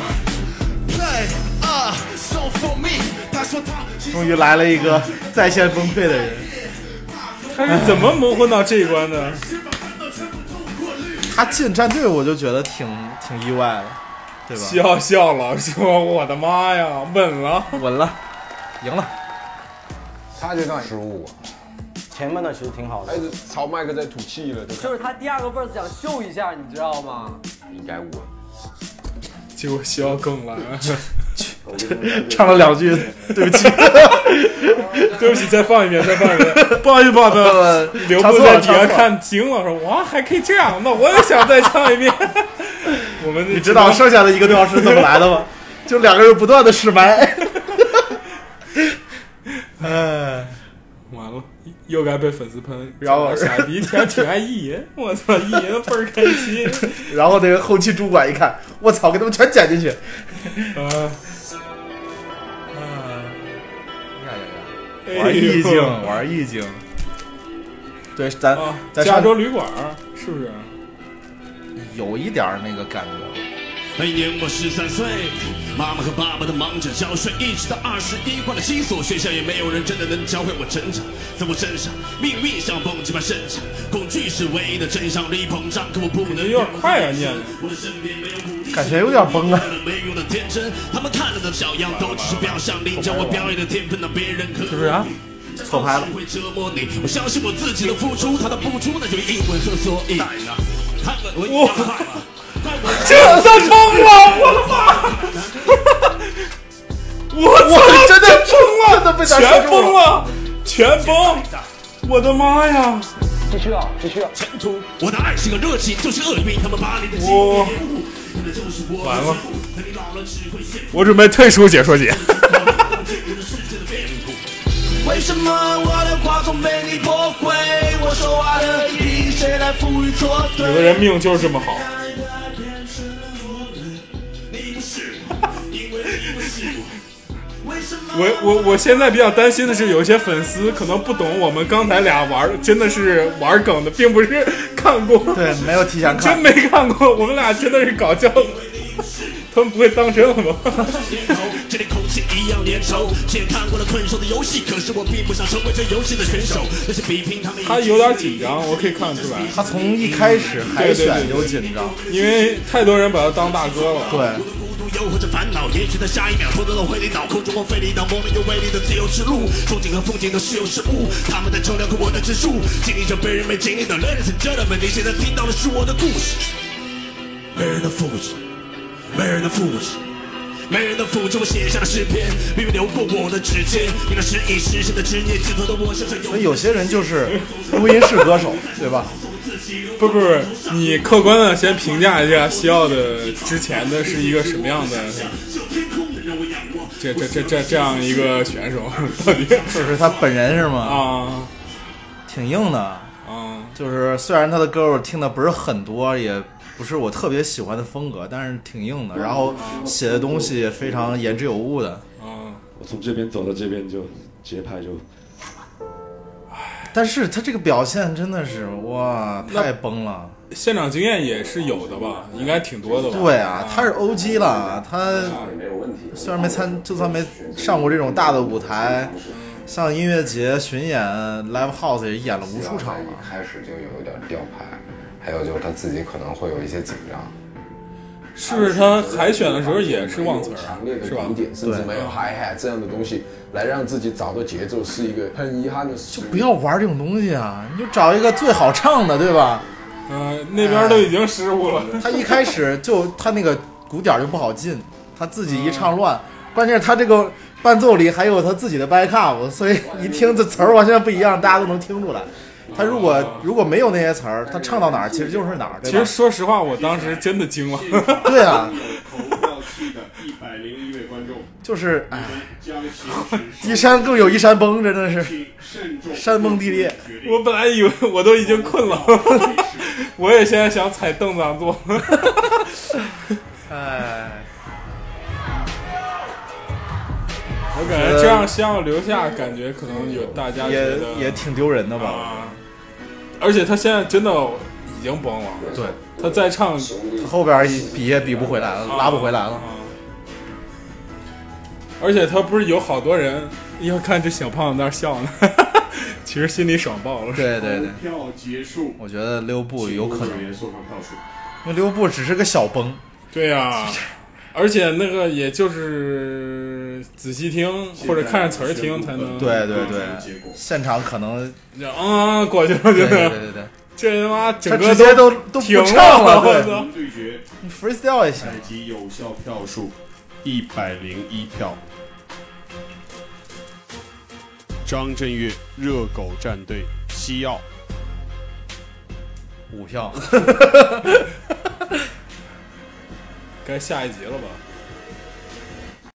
[SPEAKER 22] play 啊、s o for me。他说他
[SPEAKER 1] 终于来了一个在线崩溃的人。
[SPEAKER 2] 他是怎么蒙混到这一关的？
[SPEAKER 1] 他进战队我就觉得挺挺意外的，对吧？
[SPEAKER 2] 笑笑了，说我的妈呀，稳了，
[SPEAKER 1] 稳了，赢了。
[SPEAKER 3] 他这段失误啊，前半段其实挺好的。哎，朝麦克在吐气了，就
[SPEAKER 28] 就是他第二个 verse 想秀一下，你知道吗？
[SPEAKER 29] 应该我。
[SPEAKER 2] 结果笑更 来了，
[SPEAKER 1] 唱了两句，对不起，
[SPEAKER 2] 对不起，再放一遍，再放一 遍，不好意思，不好意 思，刘
[SPEAKER 1] 唱
[SPEAKER 2] 步
[SPEAKER 1] 错
[SPEAKER 2] 在
[SPEAKER 1] 了
[SPEAKER 2] 底下
[SPEAKER 1] 唱错了
[SPEAKER 2] 看惊了，说哇，还可以这样，那我也想再唱 一遍。我们
[SPEAKER 1] 你知道剩下的一个多小时怎么来的 吗？就两个人不断的试麦。哎，
[SPEAKER 2] 完了，又该被粉丝喷。
[SPEAKER 1] 然后
[SPEAKER 2] 傻逼，挺爱挺爱艺人， 我操，艺人倍儿开心。
[SPEAKER 1] 然后那个后期主管一看，我操，给他们全剪 进去。
[SPEAKER 2] 啊，哎
[SPEAKER 1] 玩意境，玩意境。对，咱咱
[SPEAKER 2] 加
[SPEAKER 1] 上
[SPEAKER 2] 州旅馆儿是不是？
[SPEAKER 1] 有一点儿那个感 觉。
[SPEAKER 22] 那年我十三岁，妈妈和爸爸都忙着交税，一直到二十一换了新所，学校也没有人真的能教会我成长。在我身上，命运像蹦极般生长，恐惧是唯一的真相。力膨胀，可我不能有点
[SPEAKER 2] 快 啊，念
[SPEAKER 22] 我的身边没有鼓励，
[SPEAKER 1] 感觉有点崩啊。
[SPEAKER 22] 没用的天真，他们看着的小样都只是表象，你教我表演的天分，让别人可
[SPEAKER 1] 是不是啊？错拍了。
[SPEAKER 22] 会折磨你。我相信我自己的付出，他的付出那就是英文和所以。看我，我一样害怕
[SPEAKER 2] 这算冲 吗？我的妈！我操
[SPEAKER 1] 哇，真的
[SPEAKER 2] 这冲了，
[SPEAKER 1] 真的被咱
[SPEAKER 2] 全
[SPEAKER 1] 说中
[SPEAKER 2] 崩了，全崩！我的妈呀！
[SPEAKER 22] 继续啊，继续啊！前途，我的爱是个热情，就是厄运，他们把你的
[SPEAKER 2] 我
[SPEAKER 22] 完了，
[SPEAKER 2] 我准备退出解说姐。
[SPEAKER 22] 为什么我的话总被你驳回？我说话的意义谁来赋予错 对？
[SPEAKER 2] 有的人命就是这么好， 我我我现在比较担心的是，有些粉丝可能不懂我们刚才俩玩儿，真的是玩儿梗的，并不是看过。对，没有提前看， 真没看过。我们俩真的是搞笑的，他们不会当真了吗？
[SPEAKER 22] 这里空气一样粘稠，之前看过了困兽的游戏，可是我并不想成为这游戏的选手。那些比拼他们，
[SPEAKER 2] 他有点紧张，我可以看得出来。
[SPEAKER 1] 他从一开始海选就紧张，
[SPEAKER 2] 因为太多人把他当大哥了。
[SPEAKER 1] 对。
[SPEAKER 22] 诱惑着烦恼，也许在下一秒获得了回力岛，空中我飞离到莫名又威力的自由之路，风景和风景的是有是无，他们在衡量和我的指数，经历着别人没经历的 Ladies and gentlemen，你现在听到的是我的故事，没人能复制，没人能复制。没人能复制我写下的诗篇，命运流过我的指尖，你那时已实现的执念，寄托在我身上。
[SPEAKER 1] 所以有些人就是录音室歌手，对吧？
[SPEAKER 2] 不不不，你客观的先评价一下西奥的之前的是一个什么样的？这这这这这样一个选手， 到底
[SPEAKER 1] 就是 他本人是吗？
[SPEAKER 2] 啊，
[SPEAKER 1] 挺硬的。
[SPEAKER 2] 嗯，
[SPEAKER 1] 就是虽然他的歌我听的不是很多，也不是我特别喜欢的风格，但是挺硬的。然后写的东西也非常言之有物的。
[SPEAKER 2] 啊
[SPEAKER 9] 我从这边走到这边就节拍就
[SPEAKER 1] 但是他这个表现真的是哇，太崩了。
[SPEAKER 2] 现场经验也是有的吧，应该挺多的吧？
[SPEAKER 1] 对啊，他是 OG 了，他虽然没参，就算没上过这种大的舞台，像音乐节巡演、live house 也演了无数场了。
[SPEAKER 5] 开始就有一点吊牌，还有就是他自己可能会有一些紧张，
[SPEAKER 2] 是不是他海选的时候也是忘词儿啊
[SPEAKER 5] 强烈？的
[SPEAKER 2] 是吧
[SPEAKER 5] 鼓？点，甚至没有 hi hat 这样的东西，来让自己找到节奏，是一个很遗憾的事。
[SPEAKER 1] 不要玩这种东西啊！你就找一个最好唱的，对吧？哎
[SPEAKER 2] 嗯、那边都已经失误了。
[SPEAKER 1] 他一开始就他那个鼓点儿就不好进，他自己一唱乱，关键是他这个伴奏里还有他自己的 backup，所以一听这词儿完全不一样，大家都能听出来。他如果如果没有那些词儿，他唱到哪儿其实就是哪儿，对
[SPEAKER 2] 啊其
[SPEAKER 1] 吧
[SPEAKER 2] 实说实话，我当时真的惊了。
[SPEAKER 1] 对啊，
[SPEAKER 11] 一百零一位观众，
[SPEAKER 1] 就是哎，
[SPEAKER 11] 将行使
[SPEAKER 1] 一山更有一山崩，真的是
[SPEAKER 11] 慎重
[SPEAKER 1] 山崩地裂。
[SPEAKER 2] 我本来以为我都已经困了， 我也现在想踩凳子上 坐。
[SPEAKER 1] 哎，
[SPEAKER 2] 我感觉这样像留下，感觉可能有大家觉
[SPEAKER 1] 也
[SPEAKER 2] 得
[SPEAKER 1] 也挺丢人的吧？
[SPEAKER 2] 啊而且他现在真的已经崩了，
[SPEAKER 1] 对
[SPEAKER 2] 他再唱啊
[SPEAKER 1] 后边儿比也比不回来了，拉不回来了。
[SPEAKER 2] 而且他不是有好多人要看这小胖子那儿笑呢， 其实心里爽爆了。
[SPEAKER 1] 对对对
[SPEAKER 11] 票结束，
[SPEAKER 1] 我觉得利物浦有可能，
[SPEAKER 11] 请送上票数。
[SPEAKER 1] 因为利物浦只是个小崩。
[SPEAKER 2] 对呀、 而且那个也就是仔细听或者看着词儿听才能。
[SPEAKER 1] 对对对，现场可能
[SPEAKER 2] 就嗯嗯过去了，就
[SPEAKER 1] 对
[SPEAKER 2] 是
[SPEAKER 1] 对对对，
[SPEAKER 2] 这他妈整
[SPEAKER 1] 他
[SPEAKER 2] 个
[SPEAKER 1] 直接都都不
[SPEAKER 2] 停
[SPEAKER 1] 唱了
[SPEAKER 2] 我
[SPEAKER 1] 对
[SPEAKER 2] 操！
[SPEAKER 11] 对决
[SPEAKER 1] 你 freestyle 也行。
[SPEAKER 11] 采集有效票数一百零一票。张震岳热狗战队西奥
[SPEAKER 1] 五票，
[SPEAKER 2] 该下一集了吧？